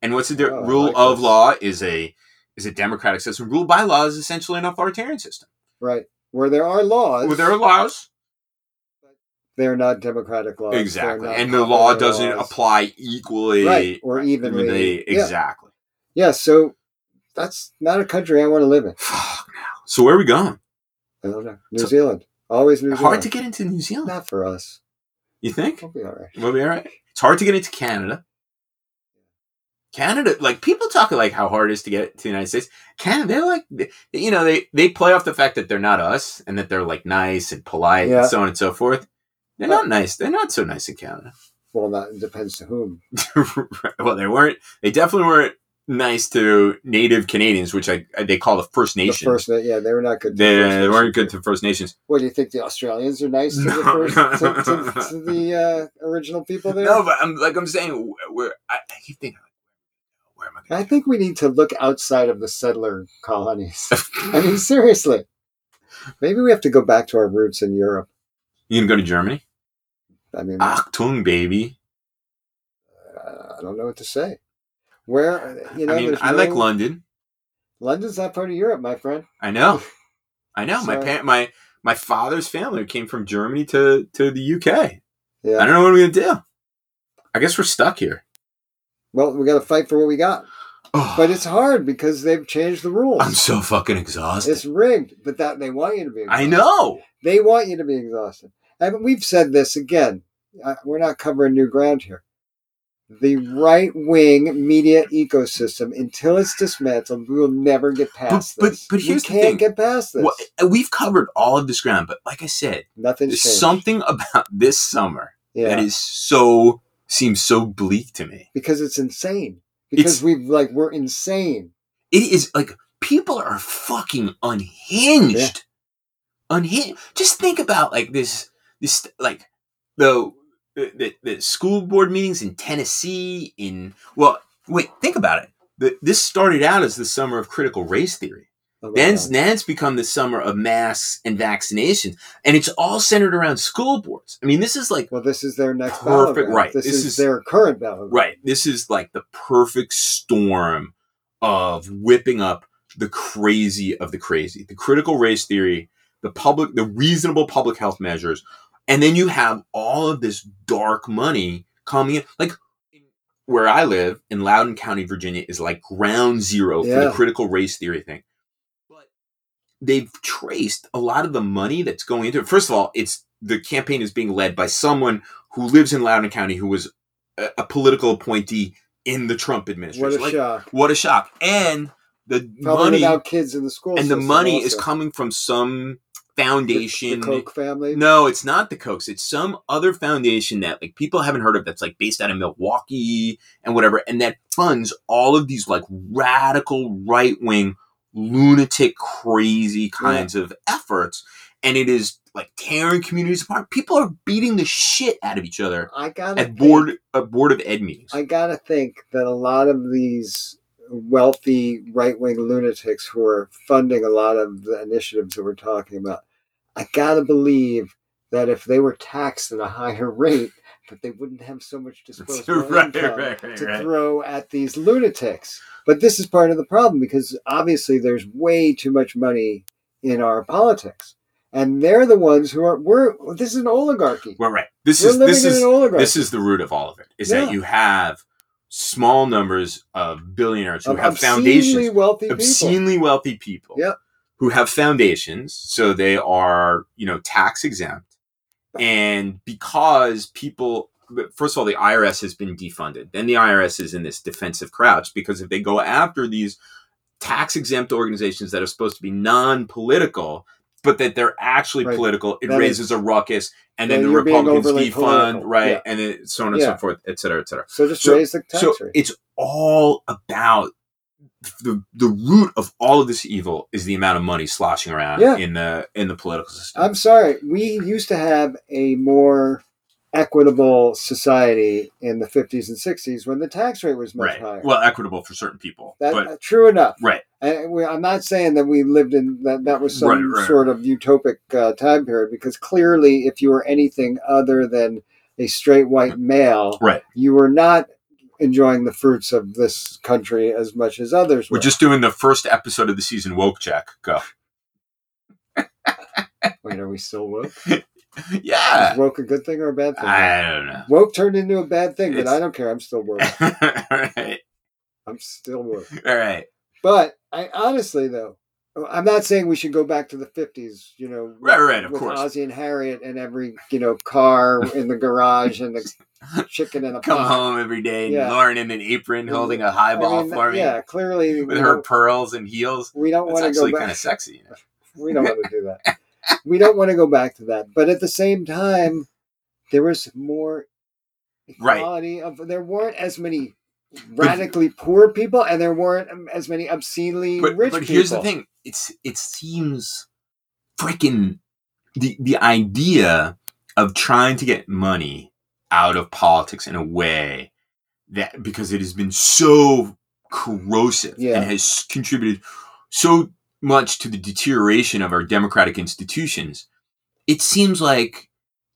[SPEAKER 3] And what's the di-
[SPEAKER 2] Oh, I
[SPEAKER 3] rule
[SPEAKER 2] like
[SPEAKER 3] of
[SPEAKER 2] this.
[SPEAKER 3] law is a is a democratic system. Rule by law is essentially an authoritarian system.
[SPEAKER 2] right? Where there are laws,
[SPEAKER 3] Where there are laws,
[SPEAKER 2] they're not democratic laws. They're
[SPEAKER 3] exactly,
[SPEAKER 2] not
[SPEAKER 3] and the law
[SPEAKER 2] popular
[SPEAKER 3] doesn't
[SPEAKER 2] laws.
[SPEAKER 3] apply equally
[SPEAKER 2] Right, or evenly. Yeah.
[SPEAKER 3] Exactly.
[SPEAKER 2] Yeah, so that's not a country I want to live in.
[SPEAKER 3] Fuck now. So where are we going?
[SPEAKER 2] I don't know. New
[SPEAKER 3] So-
[SPEAKER 2] Zealand, always New Zealand.
[SPEAKER 3] Hard to get into New Zealand.
[SPEAKER 2] not for us.
[SPEAKER 3] You think?
[SPEAKER 2] We'll be all right.
[SPEAKER 3] We'll be all right. It's hard to get into Canada. Canada, like people talk like how hard it is to get to the United States. Canada, they're like, they- you know, they they play off the fact that they're not us and that they're like nice and polite
[SPEAKER 2] Yeah.
[SPEAKER 3] and so on and so forth. They're not nice. They're not so nice in Canada. [LAUGHS]
[SPEAKER 2] Well, not it depends to whom.
[SPEAKER 3] well, they weren't. They definitely weren't nice to Native Canadians, which I they call the First Nations.
[SPEAKER 2] The first, yeah, they were not good. to
[SPEAKER 3] they
[SPEAKER 2] the First Nations.
[SPEAKER 3] weren't good to First Nations.
[SPEAKER 2] What do you think? The Australians are nice to the
[SPEAKER 3] [LAUGHS] No.
[SPEAKER 2] first to, to- to the uh, original people there.
[SPEAKER 3] No, but I'm like I'm saying, where I, I keep thinking, where am I?
[SPEAKER 2] I think we need to look outside of the settler colonies. [LAUGHS] I mean, seriously, maybe we have to go back to our roots in Europe.
[SPEAKER 3] [LAUGHS] You gonna go to Germany?
[SPEAKER 2] I mean,
[SPEAKER 3] Ah. Achtung, baby.
[SPEAKER 2] uh, I don't know what to say. Where you know,
[SPEAKER 3] I mean,
[SPEAKER 2] there's
[SPEAKER 3] I like
[SPEAKER 2] no-
[SPEAKER 3] London.
[SPEAKER 2] London's not part of Europe, my friend.
[SPEAKER 3] I know, I know. My
[SPEAKER 2] Sorry.
[SPEAKER 3] pa- my my father's family came from Germany to to the UK. I
[SPEAKER 2] Yeah.
[SPEAKER 3] don't know what we're gonna do. I guess we're stuck here.
[SPEAKER 2] Well, we got to fight for what we got,
[SPEAKER 3] Oh,
[SPEAKER 2] but it's hard because they've changed the rules.
[SPEAKER 3] I'm so fucking exhausted.
[SPEAKER 2] it's rigged, but that they want you to be.
[SPEAKER 3] I
[SPEAKER 2] exhausted.
[SPEAKER 3] know.
[SPEAKER 2] They want you to be exhausted. And we've said this again I, we're not covering new ground here. The right wing media ecosystem, until it's dismantled, we will never get past
[SPEAKER 3] But- but-
[SPEAKER 2] this.
[SPEAKER 3] but here's the
[SPEAKER 2] we can't
[SPEAKER 3] thing.
[SPEAKER 2] get past this.
[SPEAKER 3] Well, we've covered all of this ground, but like I said,
[SPEAKER 2] Nothing's
[SPEAKER 3] there's
[SPEAKER 2] changed.
[SPEAKER 3] something about this summer
[SPEAKER 2] yeah.
[SPEAKER 3] that is so seems so bleak to me.
[SPEAKER 2] because it's insane. Because
[SPEAKER 3] It's-
[SPEAKER 2] we have like we're insane.
[SPEAKER 3] It is like people are fucking unhinged.
[SPEAKER 2] Yeah.
[SPEAKER 3] Unhinged. Just think about like this this like the the, the school board meetings in Tennessee in well wait think about it. The, this started out as the summer of critical race theory.
[SPEAKER 2] Oh my
[SPEAKER 3] Then's
[SPEAKER 2] God.
[SPEAKER 3] nan's become the summer of masks and vaccinations, and it's all centered around school boards. I mean, this is like
[SPEAKER 2] well, this is their next
[SPEAKER 3] Perfect,
[SPEAKER 2] battleground.
[SPEAKER 3] right.
[SPEAKER 2] This,
[SPEAKER 3] This
[SPEAKER 2] is,
[SPEAKER 3] is-
[SPEAKER 2] their current battleground.
[SPEAKER 3] right. This is like the perfect storm of whipping up the crazy of the crazy, the critical race theory, the public, the reasonable public health measures, and then you have all of this dark money coming in, like. Where I live in Loudoun County, Virginia, is like ground zero for
[SPEAKER 2] Yeah.
[SPEAKER 3] the critical race theory thing. But they've traced a lot of the money that's going into it. First of all, it's the campaign is being led by someone who lives in Loudoun County who was a, a political appointee in the Trump
[SPEAKER 2] What a
[SPEAKER 3] administration. Like,
[SPEAKER 2] shock!
[SPEAKER 3] what a shock! And the
[SPEAKER 2] Probably
[SPEAKER 3] money
[SPEAKER 2] without kids in the school.
[SPEAKER 3] and the
[SPEAKER 2] system
[SPEAKER 3] money is
[SPEAKER 2] also.
[SPEAKER 3] coming from some
[SPEAKER 2] The-
[SPEAKER 3] foundation.
[SPEAKER 2] The Koch family.
[SPEAKER 3] no, it's not the Kochs. It's some other foundation that like people haven't heard of that's like based out of Milwaukee and whatever, and that funds all of these like radical right wing, lunatic, crazy kinds of efforts. And it is like tearing communities apart. People are beating the shit out of each other
[SPEAKER 2] I gotta
[SPEAKER 3] at
[SPEAKER 2] think-
[SPEAKER 3] board at board of ed meetings. [LAUGHS]
[SPEAKER 2] I gotta think that a lot of these wealthy right wing lunatics who are funding a lot of the initiatives that we're talking about, I gotta believe that if they were taxed at a higher rate, that they wouldn't have so
[SPEAKER 3] [LAUGHS]
[SPEAKER 2] much disposable
[SPEAKER 3] right,
[SPEAKER 2] income
[SPEAKER 3] right, right,
[SPEAKER 2] to
[SPEAKER 3] right.
[SPEAKER 2] throw at these lunatics. But this is part of the problem because obviously there's way too much money in our politics. And they're the ones who are we're this is an oligarchy.
[SPEAKER 3] Well, right. This
[SPEAKER 2] we're
[SPEAKER 3] is
[SPEAKER 2] living
[SPEAKER 3] this
[SPEAKER 2] in
[SPEAKER 3] is
[SPEAKER 2] an oligarchy.
[SPEAKER 3] this is the root of all of it. Is
[SPEAKER 2] Yeah.
[SPEAKER 3] that you have small numbers of billionaires who
[SPEAKER 2] of
[SPEAKER 3] have
[SPEAKER 2] obscenely
[SPEAKER 3] foundations,
[SPEAKER 2] wealthy people.
[SPEAKER 3] obscenely wealthy people,
[SPEAKER 2] Yep.
[SPEAKER 3] who have foundations, so they are you know tax exempt, and because people. but First of all, the IRS has been defunded. Then the IRS is in this defensive crouch because if they go after these tax exempt organizations that are supposed to be non political, but that they're actually
[SPEAKER 2] Right.
[SPEAKER 3] political, it
[SPEAKER 2] That is-
[SPEAKER 3] raises a ruckus and then
[SPEAKER 2] Yeah,
[SPEAKER 3] the
[SPEAKER 2] you're being
[SPEAKER 3] Republicans
[SPEAKER 2] overly
[SPEAKER 3] defund,
[SPEAKER 2] political.
[SPEAKER 3] right?
[SPEAKER 2] Yeah.
[SPEAKER 3] And then so on and
[SPEAKER 2] Yeah.
[SPEAKER 3] so forth, et cetera, et cetera.
[SPEAKER 2] So just
[SPEAKER 3] So-
[SPEAKER 2] raise the tax
[SPEAKER 3] So
[SPEAKER 2] rate.
[SPEAKER 3] it's all about the the root of all of this evil is the amount of money sloshing around
[SPEAKER 2] Yeah.
[SPEAKER 3] in the in the political system.
[SPEAKER 2] I'm sorry. We used to have a more equitable society in the 50s and 60s when the tax rate was much
[SPEAKER 3] right.
[SPEAKER 2] higher.
[SPEAKER 3] Well, equitable for certain people,
[SPEAKER 2] that, uh,
[SPEAKER 3] but
[SPEAKER 2] true enough.
[SPEAKER 3] right,
[SPEAKER 2] I, we, I'm not saying that we lived in that that was some
[SPEAKER 3] Right, right.
[SPEAKER 2] sort of utopic uh, time period because clearly, if you were anything other than a straight white male,
[SPEAKER 3] Right.
[SPEAKER 2] you were not enjoying the fruits of this country as much as others
[SPEAKER 3] we're
[SPEAKER 2] were.
[SPEAKER 3] just doing the first episode of the season. Woke check,
[SPEAKER 2] [LAUGHS]
[SPEAKER 3] go.
[SPEAKER 2] Wait, are we still woke?
[SPEAKER 3] Yeah,
[SPEAKER 2] Is woke a good thing or a bad thing?
[SPEAKER 3] Uh, I don't know. [LAUGHS]
[SPEAKER 2] Woke turned into a bad thing, but
[SPEAKER 3] It's-
[SPEAKER 2] I don't care. I'm still
[SPEAKER 3] [LAUGHS]
[SPEAKER 2] woke.
[SPEAKER 3] all right,
[SPEAKER 2] I'm still woke.
[SPEAKER 3] all right,
[SPEAKER 2] But I honestly, though, I'm not saying we should go back to the 50s, you know,
[SPEAKER 3] Right, right, of
[SPEAKER 2] with
[SPEAKER 3] course.
[SPEAKER 2] Ozzy and Harriet and every, you know, car in the garage and
[SPEAKER 3] [LAUGHS]
[SPEAKER 2] the chicken and the
[SPEAKER 3] come
[SPEAKER 2] pot.
[SPEAKER 3] home every day. And
[SPEAKER 2] Uh, Yeah.
[SPEAKER 3] Lauren in an apron, holding a
[SPEAKER 2] I
[SPEAKER 3] highball
[SPEAKER 2] mean,
[SPEAKER 3] for me
[SPEAKER 2] yeah, clearly
[SPEAKER 3] with
[SPEAKER 2] you
[SPEAKER 3] her
[SPEAKER 2] know,
[SPEAKER 3] pearls and heels.
[SPEAKER 2] we don't
[SPEAKER 3] That's
[SPEAKER 2] want to go
[SPEAKER 3] actually
[SPEAKER 2] back.
[SPEAKER 3] kind of sexy. You know?
[SPEAKER 2] we don't want to do that. We don't want to go back to that. But at the same time, there was more
[SPEAKER 3] Right.
[SPEAKER 2] equality of there weren't as many radically poor people and there weren't um, as many obscenely
[SPEAKER 3] but,
[SPEAKER 2] rich
[SPEAKER 3] but
[SPEAKER 2] people.
[SPEAKER 3] here's the thing it's it seems freaking the the idea of trying to get money out of politics in a way that because it has been so corrosive
[SPEAKER 2] Yeah.
[SPEAKER 3] and has contributed so much to the deterioration of our democratic institutions it seems like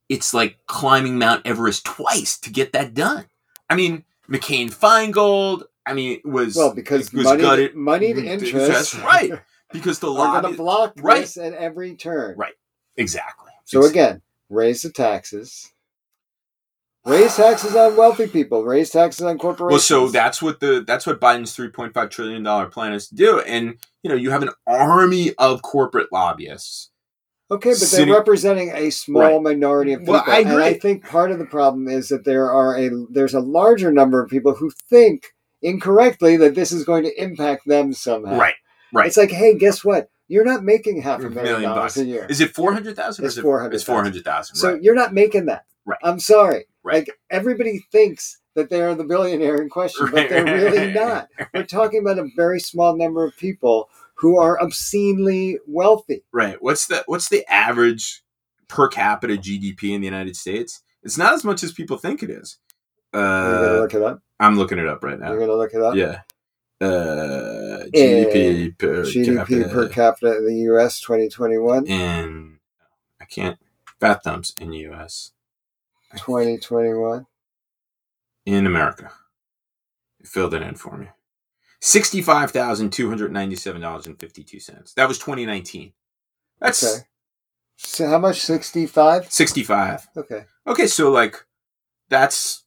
[SPEAKER 3] it's like climbing mount everest twice to get that done i mean mccain feingold i mean was
[SPEAKER 2] Well, because
[SPEAKER 3] was
[SPEAKER 2] money,
[SPEAKER 3] gutted-
[SPEAKER 2] moneyed
[SPEAKER 3] Mm,
[SPEAKER 2] interests, [LAUGHS]
[SPEAKER 3] that's right. because the
[SPEAKER 2] are
[SPEAKER 3] lobby
[SPEAKER 2] going to block
[SPEAKER 3] right.
[SPEAKER 2] this at every turn.
[SPEAKER 3] Right. exactly.
[SPEAKER 2] So again, raise the taxes. Raise taxes on wealthy people. Raise taxes on
[SPEAKER 3] well,
[SPEAKER 2] corporations.
[SPEAKER 3] so that's what the that's what Biden's three point five trillion dollar plan is to do, and you know you have an army of corporate lobbyists
[SPEAKER 2] Okay, but they're
[SPEAKER 3] Sitting-
[SPEAKER 2] representing a small
[SPEAKER 3] Right.
[SPEAKER 2] minority of people,
[SPEAKER 3] Well, I
[SPEAKER 2] and I
[SPEAKER 3] agree.
[SPEAKER 2] think part of the problem is that there are a there's a larger number of people who think incorrectly that this is going to impact them somehow.
[SPEAKER 3] Right. Right.
[SPEAKER 2] It's like, hey, guess what? You're not making half a
[SPEAKER 3] A
[SPEAKER 2] million,
[SPEAKER 3] million
[SPEAKER 2] dollars
[SPEAKER 3] bucks.
[SPEAKER 2] a year,
[SPEAKER 3] Is it 400,000 or
[SPEAKER 2] It's
[SPEAKER 3] is it
[SPEAKER 2] 400,000.
[SPEAKER 3] It's 400,000,
[SPEAKER 2] so
[SPEAKER 3] right.
[SPEAKER 2] you're not making that.
[SPEAKER 3] Right.
[SPEAKER 2] I'm sorry.
[SPEAKER 3] Right.
[SPEAKER 2] Like everybody thinks that they are the billionaire in question, but they're
[SPEAKER 3] [LAUGHS]
[SPEAKER 2] really not. We're talking about a very small number of people who are obscenely wealthy.
[SPEAKER 3] Right. What's the what's the average per capita GDP in the United States? It's not as much as people think it is.
[SPEAKER 2] You're gonna
[SPEAKER 3] Uh,
[SPEAKER 2] look it up.
[SPEAKER 3] I'm looking it up right
[SPEAKER 2] You're
[SPEAKER 3] now.
[SPEAKER 2] gonna look it up.
[SPEAKER 3] Yeah. Uh, GDP per
[SPEAKER 2] GDP
[SPEAKER 3] capita
[SPEAKER 2] per capita in the U.S. 2021,
[SPEAKER 3] in I can't fat thumbs in U.S.
[SPEAKER 2] 2021.
[SPEAKER 3] in America. It filled it in for me. Sixty-five thousand two hundred ninety-seven dollars and fifty-two cents. That was 2019. That's
[SPEAKER 2] Okay. So how much? 65.
[SPEAKER 3] 65.
[SPEAKER 2] Okay.
[SPEAKER 3] Okay, so like that's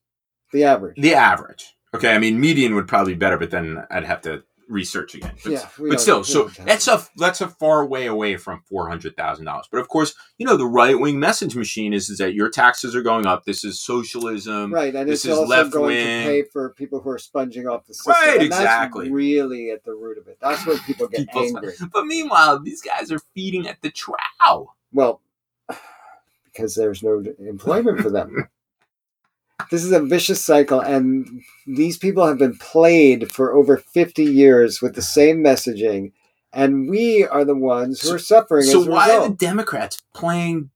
[SPEAKER 2] The average.
[SPEAKER 3] The average. Okay, I mean median would probably be better, but then I'd have to research again. But,
[SPEAKER 2] Yeah, we
[SPEAKER 3] but
[SPEAKER 2] don't-
[SPEAKER 3] still,
[SPEAKER 2] we
[SPEAKER 3] so
[SPEAKER 2] don't have
[SPEAKER 3] that's
[SPEAKER 2] it.
[SPEAKER 3] a that's a far way away from four hundred thousand dollars. But of course, you know the right wing message machine is is that your taxes are going up. This is socialism.
[SPEAKER 2] Right, and
[SPEAKER 3] this
[SPEAKER 2] it's
[SPEAKER 3] is
[SPEAKER 2] also
[SPEAKER 3] left
[SPEAKER 2] going
[SPEAKER 3] wing.
[SPEAKER 2] to pay for people who are sponging off the system.
[SPEAKER 3] Right,
[SPEAKER 2] and
[SPEAKER 3] exactly.
[SPEAKER 2] That's really at the root of it. That's where people get
[SPEAKER 3] People's-
[SPEAKER 2] angry.
[SPEAKER 3] But meanwhile, these guys are feeding at the trow.
[SPEAKER 2] Well, [SIGHS] because there's no employment for
[SPEAKER 3] [LAUGHS]
[SPEAKER 2] them. This is a vicious cycle, and these people have been played for over 50 years with the same messaging, and we are the ones who are suffering
[SPEAKER 3] So
[SPEAKER 2] as a
[SPEAKER 3] why are the
[SPEAKER 2] result.
[SPEAKER 3] Democrats playing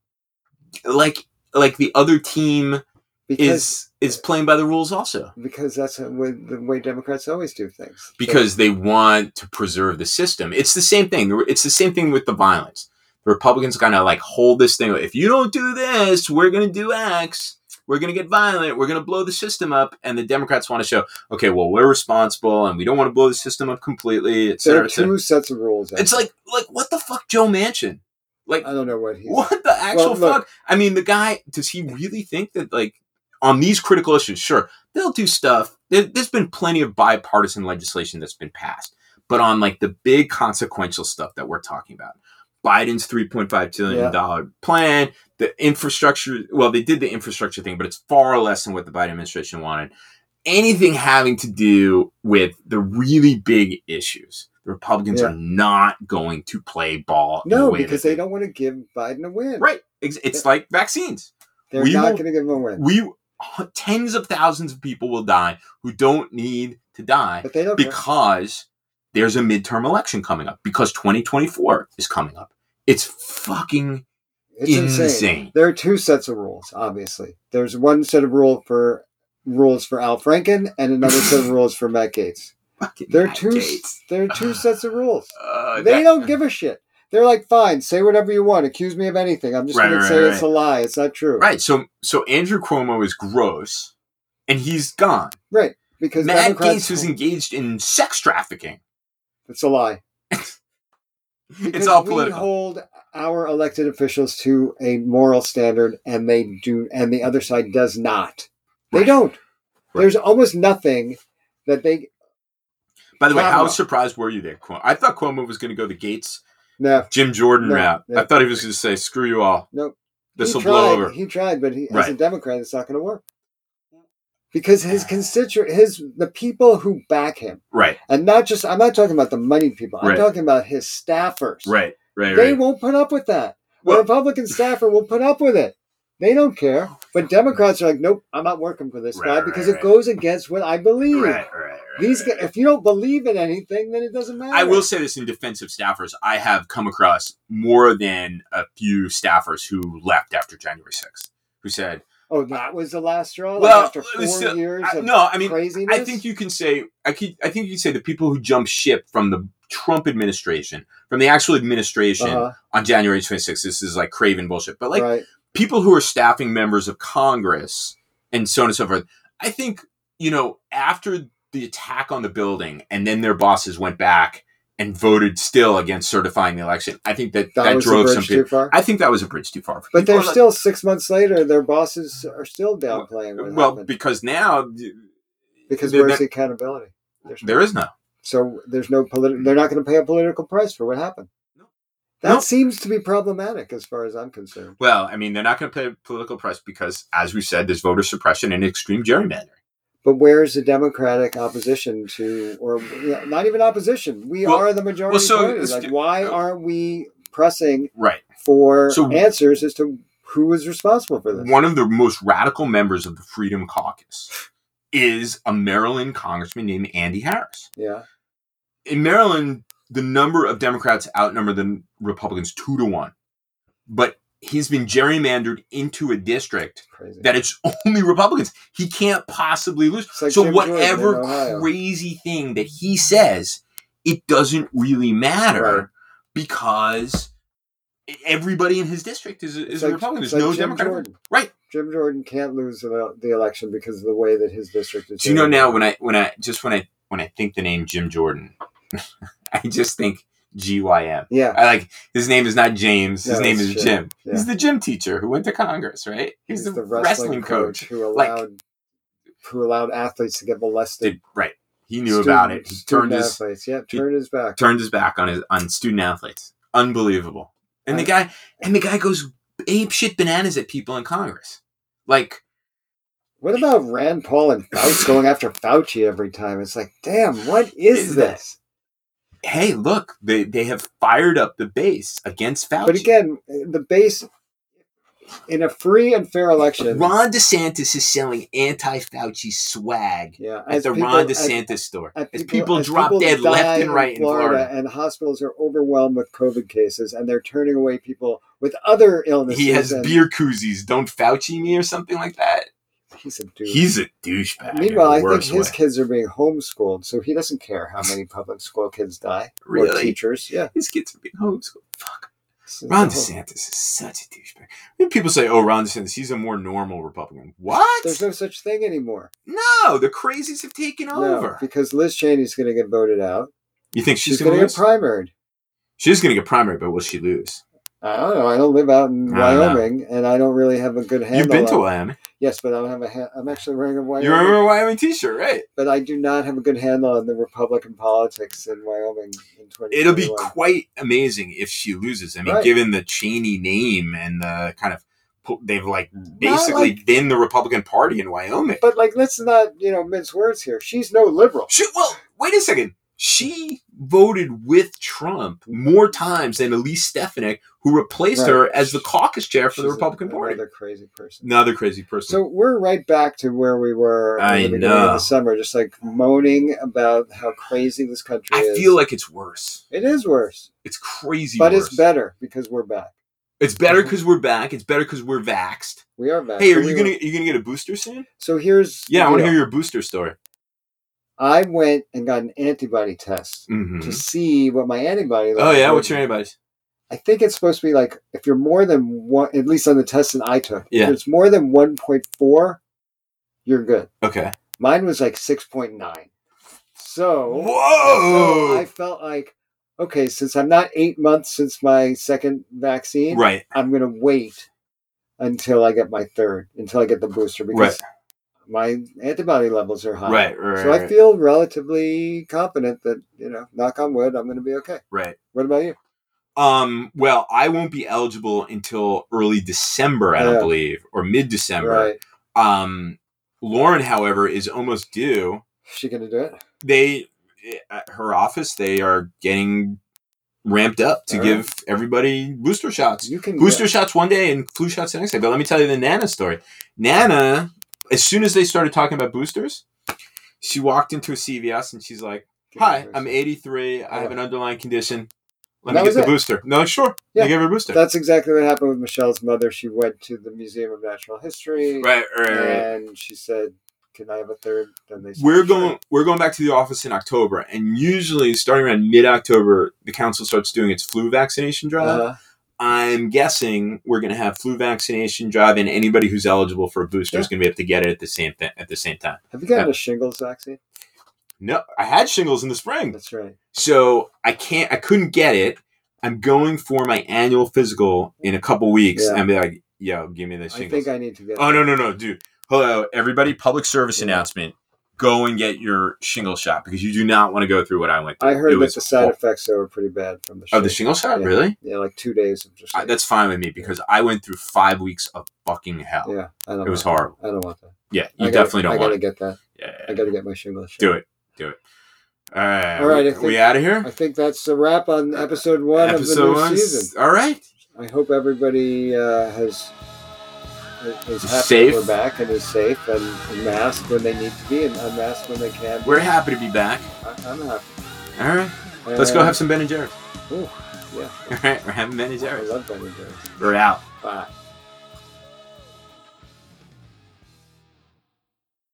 [SPEAKER 3] like like the other team
[SPEAKER 2] Because,
[SPEAKER 3] is is playing by the rules also?
[SPEAKER 2] because that's the way, the way Democrats always do things.
[SPEAKER 3] because they want to preserve the system. It's the same thing. It's the same thing with the violence. The Republicans kind of like hold this thing. If you don't do this, we're going to do X. We're going to get violent. We're going to blow the system up. And the Democrats want to show, okay, well, we're responsible and we don't want to blow the system up completely, et
[SPEAKER 2] So there
[SPEAKER 3] cetera,
[SPEAKER 2] are
[SPEAKER 3] et cetera.
[SPEAKER 2] two sets of rules.
[SPEAKER 3] It's like, like what the fuck, Joe Manchin? Like,
[SPEAKER 2] I don't know what he's.
[SPEAKER 3] what the actual
[SPEAKER 2] look-
[SPEAKER 3] fuck? I mean, the guy, does he really think that, like, on these critical issues, sure, they'll do stuff. There, there's been plenty of bipartisan legislation that's been passed. But on, like, the big consequential stuff that we're talking about, Biden's $3.5 trillion plan, the infrastructure, well, they did the infrastructure thing, but it's far less than what the Biden administration wanted. Anything having to do with the really big issues. The Republicans
[SPEAKER 2] Yeah.
[SPEAKER 3] are not going to play ball. in the
[SPEAKER 2] No,
[SPEAKER 3] way
[SPEAKER 2] because
[SPEAKER 3] that
[SPEAKER 2] they don't want to give Biden a win.
[SPEAKER 3] Right. It's, it's like vaccines.
[SPEAKER 2] They're
[SPEAKER 3] We
[SPEAKER 2] not
[SPEAKER 3] will-
[SPEAKER 2] going to give him a win.
[SPEAKER 3] We tens of thousands of people will die who don't need to die
[SPEAKER 2] But they don't. care.
[SPEAKER 3] because there's a midterm election coming up because 2024 is coming up. It's fucking
[SPEAKER 2] It's
[SPEAKER 3] insane.
[SPEAKER 2] There are two sets of rules, obviously. There's one set of rule for rules for Al Franken and another set
[SPEAKER 3] [LAUGHS]
[SPEAKER 2] of rules for Matt Gates.
[SPEAKER 3] Fucking
[SPEAKER 2] There are
[SPEAKER 3] Matt
[SPEAKER 2] two
[SPEAKER 3] Gates.
[SPEAKER 2] there are two sets of rules.
[SPEAKER 3] Uh,
[SPEAKER 2] They
[SPEAKER 3] that-
[SPEAKER 2] don't give a shit. They're like, fine, say whatever you want, accuse me of anything. I'm just
[SPEAKER 3] Right,
[SPEAKER 2] gonna
[SPEAKER 3] right,
[SPEAKER 2] say
[SPEAKER 3] right,
[SPEAKER 2] it's a lie, it's not true.
[SPEAKER 3] Right. So so Andrew Cuomo is gross and he's gone.
[SPEAKER 2] Right, Because
[SPEAKER 3] Matt
[SPEAKER 2] Democrats
[SPEAKER 3] Gates was engaged in sex trafficking.
[SPEAKER 2] [LAUGHS] it's a lie.
[SPEAKER 3] [LAUGHS] it's
[SPEAKER 2] Because
[SPEAKER 3] all
[SPEAKER 2] We
[SPEAKER 3] political.
[SPEAKER 2] hold our elected officials to a moral standard and they do and the other side does not. They
[SPEAKER 3] Right.
[SPEAKER 2] don't.
[SPEAKER 3] Right.
[SPEAKER 2] There's almost nothing that they
[SPEAKER 3] By the way, how
[SPEAKER 2] Kavanaugh.
[SPEAKER 3] surprised were you there? Cuomo? I thought Cuomo was going to go the Gates
[SPEAKER 2] no
[SPEAKER 3] Jim Jordan
[SPEAKER 2] No,
[SPEAKER 3] route.
[SPEAKER 2] no.
[SPEAKER 3] I thought he was going to say, "Screw you all.
[SPEAKER 2] Nope.
[SPEAKER 3] This will
[SPEAKER 2] he tried,
[SPEAKER 3] blow over."
[SPEAKER 2] He tried, but he, as a
[SPEAKER 3] Right.
[SPEAKER 2] Democrat, it's not going to work because
[SPEAKER 3] [SIGHS]
[SPEAKER 2] his constituent, his the people who back him,
[SPEAKER 3] Right,
[SPEAKER 2] and not just I'm not talking about the money people. I'm
[SPEAKER 3] Right.
[SPEAKER 2] talking about his staffers.
[SPEAKER 3] right, right,
[SPEAKER 2] They
[SPEAKER 3] right.
[SPEAKER 2] won't put up with that.
[SPEAKER 3] Well-
[SPEAKER 2] the Republican staffer will put up with it. They don't care. But Democrats are like, nope, I'm not working for this
[SPEAKER 3] Right,
[SPEAKER 2] guy
[SPEAKER 3] right,
[SPEAKER 2] because it
[SPEAKER 3] right.
[SPEAKER 2] goes against what I believe.
[SPEAKER 3] right, right, right.
[SPEAKER 2] These,
[SPEAKER 3] right.
[SPEAKER 2] guys, if you don't believe in anything, then it doesn't matter.
[SPEAKER 3] I will say this in defense of staffers. I have come across more than a few staffers who left after January 6th who said,
[SPEAKER 2] Oh, that was the last straw. Like,
[SPEAKER 3] Well,
[SPEAKER 2] after
[SPEAKER 3] it
[SPEAKER 2] four
[SPEAKER 3] was still-
[SPEAKER 2] years
[SPEAKER 3] I-
[SPEAKER 2] of
[SPEAKER 3] no, I mean,
[SPEAKER 2] craziness.
[SPEAKER 3] I think you can say I, could, I think you can say the people who jumped ship from the Trump administration, from the actual administration
[SPEAKER 2] Uh-huh,
[SPEAKER 3] on January 26th, this is like craven bullshit. But like
[SPEAKER 2] right.
[SPEAKER 3] people who are staffing members of Congress and so on and so forth. I think, you know, after the attack on the building and then their bosses went back and voted still against certifying the election, I think that that,
[SPEAKER 2] was a
[SPEAKER 3] drove
[SPEAKER 2] bridge
[SPEAKER 3] some
[SPEAKER 2] too
[SPEAKER 3] people.
[SPEAKER 2] far.
[SPEAKER 3] I think that was a bridge too far. for
[SPEAKER 2] but
[SPEAKER 3] people.
[SPEAKER 2] they're
[SPEAKER 3] Like,
[SPEAKER 2] still six months later. Their bosses are still downplaying what
[SPEAKER 3] well,
[SPEAKER 2] happened
[SPEAKER 3] because now
[SPEAKER 2] because
[SPEAKER 3] there-
[SPEAKER 2] where's the
[SPEAKER 3] there-
[SPEAKER 2] accountability? There's
[SPEAKER 3] there is no.
[SPEAKER 2] so there's no political. They're not going to pay a political price for what happened.
[SPEAKER 3] No.
[SPEAKER 2] That
[SPEAKER 3] Nope.
[SPEAKER 2] seems to be problematic as far as I'm concerned.
[SPEAKER 3] Well, I mean, they're not going to pay political price because, as we said, there's voter suppression and extreme gerrymandering.
[SPEAKER 2] But where is the Democratic opposition to, or yeah, not even opposition? We
[SPEAKER 3] Well-
[SPEAKER 2] are the majority
[SPEAKER 3] well, so
[SPEAKER 2] party.
[SPEAKER 3] it's-
[SPEAKER 2] Like, why aren't we pressing
[SPEAKER 3] Right.
[SPEAKER 2] for
[SPEAKER 3] So-
[SPEAKER 2] answers as to who is responsible for this?
[SPEAKER 3] One of the most radical members of the Freedom Caucus is a Maryland congressman named Andy Harris.
[SPEAKER 2] yeah,
[SPEAKER 3] In Maryland, the number of Democrats outnumber the Republicans two to one, but he's been gerrymandered into a district
[SPEAKER 2] crazy.
[SPEAKER 3] that it's [LAUGHS] only Republicans. He can't possibly lose.
[SPEAKER 2] It's like
[SPEAKER 3] so
[SPEAKER 2] Jim Jordan in
[SPEAKER 3] whatever
[SPEAKER 2] Ohio.
[SPEAKER 3] crazy thing that he says, it doesn't really matter
[SPEAKER 2] Right.
[SPEAKER 3] because everybody in his district is,
[SPEAKER 2] It's
[SPEAKER 3] is
[SPEAKER 2] like-
[SPEAKER 3] a Republican.
[SPEAKER 2] it's
[SPEAKER 3] There's
[SPEAKER 2] like
[SPEAKER 3] no
[SPEAKER 2] Jim
[SPEAKER 3] Democrat.
[SPEAKER 2] Jordan.
[SPEAKER 3] Right.
[SPEAKER 2] Jim Jordan can't lose the, the election because of the way that his district is.
[SPEAKER 3] Do you know
[SPEAKER 2] doing.
[SPEAKER 3] now when I when I just when I when I think the name Jim Jordan, [LAUGHS] I just think GYM.
[SPEAKER 2] Yeah,
[SPEAKER 3] I like his name is not James. His
[SPEAKER 2] No,
[SPEAKER 3] name
[SPEAKER 2] it's
[SPEAKER 3] is
[SPEAKER 2] Jim.
[SPEAKER 3] Jim.
[SPEAKER 2] Yeah.
[SPEAKER 3] He's the gym teacher who went to Congress, right? He's, the, wrestling, coach.
[SPEAKER 2] who
[SPEAKER 3] Like-
[SPEAKER 2] allowed who allowed athletes to get molested.
[SPEAKER 3] Did- right. He knew about it. He
[SPEAKER 2] Student- student
[SPEAKER 3] turned his
[SPEAKER 2] athletes. Yeah,
[SPEAKER 3] he-
[SPEAKER 2] turned his back.
[SPEAKER 3] turned his back on his on student athletes. Unbelievable. And the guy and the guy goes ape shit bananas at people in Congress. Like
[SPEAKER 2] What about Rand Paul and Fauci going after Fauci every time? It's like, damn, what is
[SPEAKER 3] Is that-
[SPEAKER 2] this?
[SPEAKER 3] hey, look, they they have fired up the base against Fauci.
[SPEAKER 2] But again, the base in a free and fair election.
[SPEAKER 3] Ron DeSantis is selling anti-Fauci swag
[SPEAKER 2] yeah,
[SPEAKER 3] at
[SPEAKER 2] as
[SPEAKER 3] the
[SPEAKER 2] people-
[SPEAKER 3] Ron
[SPEAKER 2] as-
[SPEAKER 3] DeSantis store.
[SPEAKER 2] as
[SPEAKER 3] as people drop
[SPEAKER 2] people
[SPEAKER 3] dead
[SPEAKER 2] die
[SPEAKER 3] left and right in Florida.
[SPEAKER 2] and hospitals are overwhelmed with COVID cases, and they're turning away people with other illnesses.
[SPEAKER 3] He has
[SPEAKER 2] and-
[SPEAKER 3] beer koozies. Don't Fauci me or something like that.
[SPEAKER 2] He's a dude.
[SPEAKER 3] He's a douchebag. in
[SPEAKER 2] Meanwhile,
[SPEAKER 3] the
[SPEAKER 2] I think
[SPEAKER 3] worst
[SPEAKER 2] his
[SPEAKER 3] way.
[SPEAKER 2] kids are being homeschooled, so he doesn't care how many public school kids die or
[SPEAKER 3] Really?
[SPEAKER 2] teachers. Yeah,
[SPEAKER 3] his kids are being homeschooled. Fuck.
[SPEAKER 2] This is
[SPEAKER 3] Ron
[SPEAKER 2] the whole-
[SPEAKER 3] DeSantis is such a douchebag. When people say, "Oh, Ron DeSantis, he's a more normal Republican." What?
[SPEAKER 2] There's no such thing anymore.
[SPEAKER 3] no, the crazies have taken
[SPEAKER 2] No,
[SPEAKER 3] over.
[SPEAKER 2] because Liz Cheney's going to get voted out.
[SPEAKER 3] You think
[SPEAKER 2] She's,
[SPEAKER 3] she's,
[SPEAKER 2] going
[SPEAKER 3] going
[SPEAKER 2] to
[SPEAKER 3] to
[SPEAKER 2] get
[SPEAKER 3] lose?
[SPEAKER 2] primaried.
[SPEAKER 3] she's going to get primary, but will she lose?
[SPEAKER 2] I don't know. I don't live out in
[SPEAKER 3] I don't know.
[SPEAKER 2] Wyoming, and I don't really have a good handle.
[SPEAKER 3] You've been to
[SPEAKER 2] on-
[SPEAKER 3] Wyoming.
[SPEAKER 2] Yes, but I don't have a. Ha- I'm actually wearing a Wyoming,
[SPEAKER 3] You remember a Wyoming T-shirt, right?
[SPEAKER 2] but I do not have a good handle on the Republican politics in Wyoming in 2021.
[SPEAKER 3] It'll be quite amazing if she loses. I mean,
[SPEAKER 2] Right.
[SPEAKER 3] given the Cheney name and the kind of po- they've like basically been the Republican Party in Wyoming.
[SPEAKER 2] But like, let's not you know mince words here. She's no liberal.
[SPEAKER 3] She, well, wait a second. She voted with Trump more times than Elise Stefanik, who replaced
[SPEAKER 2] Right.
[SPEAKER 3] her as the caucus chair for the
[SPEAKER 2] She's
[SPEAKER 3] Republican
[SPEAKER 2] a,
[SPEAKER 3] Party.
[SPEAKER 2] Another crazy person.
[SPEAKER 3] Another crazy person.
[SPEAKER 2] So we're right back to where we were in
[SPEAKER 3] I
[SPEAKER 2] the beginning of
[SPEAKER 3] know.
[SPEAKER 2] the summer, just like moaning about how crazy this country
[SPEAKER 3] I
[SPEAKER 2] is.
[SPEAKER 3] feel like it's worse.
[SPEAKER 2] it is worse,
[SPEAKER 3] It's crazy.
[SPEAKER 2] but
[SPEAKER 3] worse.
[SPEAKER 2] it's better because we're back. [LAUGHS]
[SPEAKER 3] It's better because we're back. It's better because we're vaxxed.
[SPEAKER 2] We are back.
[SPEAKER 3] Hey, are
[SPEAKER 2] So we
[SPEAKER 3] you gonna
[SPEAKER 2] were-
[SPEAKER 3] you gonna get a booster soon?
[SPEAKER 2] So here's
[SPEAKER 3] Yeah, I
[SPEAKER 2] the
[SPEAKER 3] want to
[SPEAKER 2] deal.
[SPEAKER 3] hear your booster story.
[SPEAKER 2] I went and got an antibody test
[SPEAKER 3] Mhm.
[SPEAKER 2] to see what my antibody.
[SPEAKER 3] Oh
[SPEAKER 2] levels
[SPEAKER 3] yeah,
[SPEAKER 2] were.
[SPEAKER 3] what's your antibodies?
[SPEAKER 2] I think it's supposed to be like if you're more than one, at least on the test that I took.
[SPEAKER 3] Yeah.
[SPEAKER 2] If it's more than one point four, you're good.
[SPEAKER 3] Okay.
[SPEAKER 2] Mine was like six point nine. So So Oh, I
[SPEAKER 3] Whoa.
[SPEAKER 2] felt like, okay, since I'm not eight months since my second vaccine,
[SPEAKER 3] Right.
[SPEAKER 2] I'm going to wait until I get my third, until I get the booster
[SPEAKER 3] Right.
[SPEAKER 2] because my antibody levels are high.
[SPEAKER 3] Right. Right.
[SPEAKER 2] So I
[SPEAKER 3] right,
[SPEAKER 2] feel relatively confident that, you know, knock on wood, I'm going to be okay.
[SPEAKER 3] Right.
[SPEAKER 2] What about you?
[SPEAKER 3] Um. Well, I won't be eligible until early December, I don't
[SPEAKER 2] Yeah.
[SPEAKER 3] believe, or mid December.
[SPEAKER 2] Right.
[SPEAKER 3] Um, Lauren, however, is almost due.
[SPEAKER 2] Is she going to do it?
[SPEAKER 3] They at her office they are getting ramped up to
[SPEAKER 2] All right.
[SPEAKER 3] give everybody booster shots.
[SPEAKER 2] You can
[SPEAKER 3] Booster shots one day and flu shots the next day. But let me tell you the Nana story. Nana, as soon as they started talking about boosters, she walked into a CVS and she's like,
[SPEAKER 2] get-
[SPEAKER 3] "Hi, I'm 83. I have an underlying condition. Let
[SPEAKER 2] That
[SPEAKER 3] me
[SPEAKER 2] was
[SPEAKER 3] get the
[SPEAKER 2] it.
[SPEAKER 3] booster." No, sure.
[SPEAKER 2] Yeah.
[SPEAKER 3] They gave her a booster.
[SPEAKER 2] That's exactly what happened with Michelle's mother. She went to the Museum of Natural History
[SPEAKER 3] right, right, right.
[SPEAKER 2] and she said, can I have a third? And they said,
[SPEAKER 3] we're
[SPEAKER 2] "Sure."
[SPEAKER 3] going we're going back to the office in October, and usually starting around mid October, the council starts doing its flu vaccination drive.
[SPEAKER 2] Uh-huh.
[SPEAKER 3] I'm guessing we're going to have flu vaccination drive, and anybody who's eligible for a booster is
[SPEAKER 2] Yeah.
[SPEAKER 3] going to be able to get it at the same th- at the same time.
[SPEAKER 2] Have you gotten a shingles vaccine?
[SPEAKER 3] No, I had shingles in the spring,
[SPEAKER 2] That's right.
[SPEAKER 3] so I can't. I couldn't get it. I'm going for my annual physical in a couple weeks,
[SPEAKER 2] Yeah.
[SPEAKER 3] and be like, "Yo, give me the
[SPEAKER 2] I
[SPEAKER 3] shingles."
[SPEAKER 2] think I need to get.
[SPEAKER 3] Oh no no no, dude! Hello, everybody! Public service
[SPEAKER 2] Yeah.
[SPEAKER 3] announcement. go and get your shingle shot because you do not want to go through what I went through.
[SPEAKER 2] I
[SPEAKER 3] It
[SPEAKER 2] heard that
[SPEAKER 3] was
[SPEAKER 2] the side
[SPEAKER 3] awful.
[SPEAKER 2] effects though were pretty bad from the
[SPEAKER 3] of the shingle shot.
[SPEAKER 2] Oh, Yeah.
[SPEAKER 3] Really,
[SPEAKER 2] Yeah, like two days of just.
[SPEAKER 3] I, that's fine with me because I went through five weeks of fucking hell.
[SPEAKER 2] yeah, I don't.
[SPEAKER 3] It was
[SPEAKER 2] want
[SPEAKER 3] horrible.
[SPEAKER 2] that. I don't want that.
[SPEAKER 3] Yeah,
[SPEAKER 2] I
[SPEAKER 3] you
[SPEAKER 2] gotta-
[SPEAKER 3] definitely
[SPEAKER 2] I
[SPEAKER 3] don't
[SPEAKER 2] gotta
[SPEAKER 3] want it.
[SPEAKER 2] get that. I
[SPEAKER 3] Yeah,
[SPEAKER 2] gotta get my shingle. shot.
[SPEAKER 3] do it, do it. All right,
[SPEAKER 2] All right, I
[SPEAKER 3] we,
[SPEAKER 2] think-
[SPEAKER 3] out of here.
[SPEAKER 2] I think that's a wrap on episode one of the new
[SPEAKER 3] one.
[SPEAKER 2] season.
[SPEAKER 3] All right,
[SPEAKER 2] I hope everybody uh, has is happy
[SPEAKER 3] Safe.
[SPEAKER 2] we're back and is safe and, and masked when they need to be and unmasked when they can.
[SPEAKER 3] we're happy to be back.
[SPEAKER 2] I, I'm happy.
[SPEAKER 3] All right, let's go
[SPEAKER 2] Uh,
[SPEAKER 3] have some Ben and Jerry's. [LAUGHS]
[SPEAKER 2] ooh, yeah,
[SPEAKER 3] All right, we're having Ben and
[SPEAKER 2] I
[SPEAKER 3] Jerry's.
[SPEAKER 2] love Ben and Jerry's.
[SPEAKER 3] We're out.
[SPEAKER 2] Bye.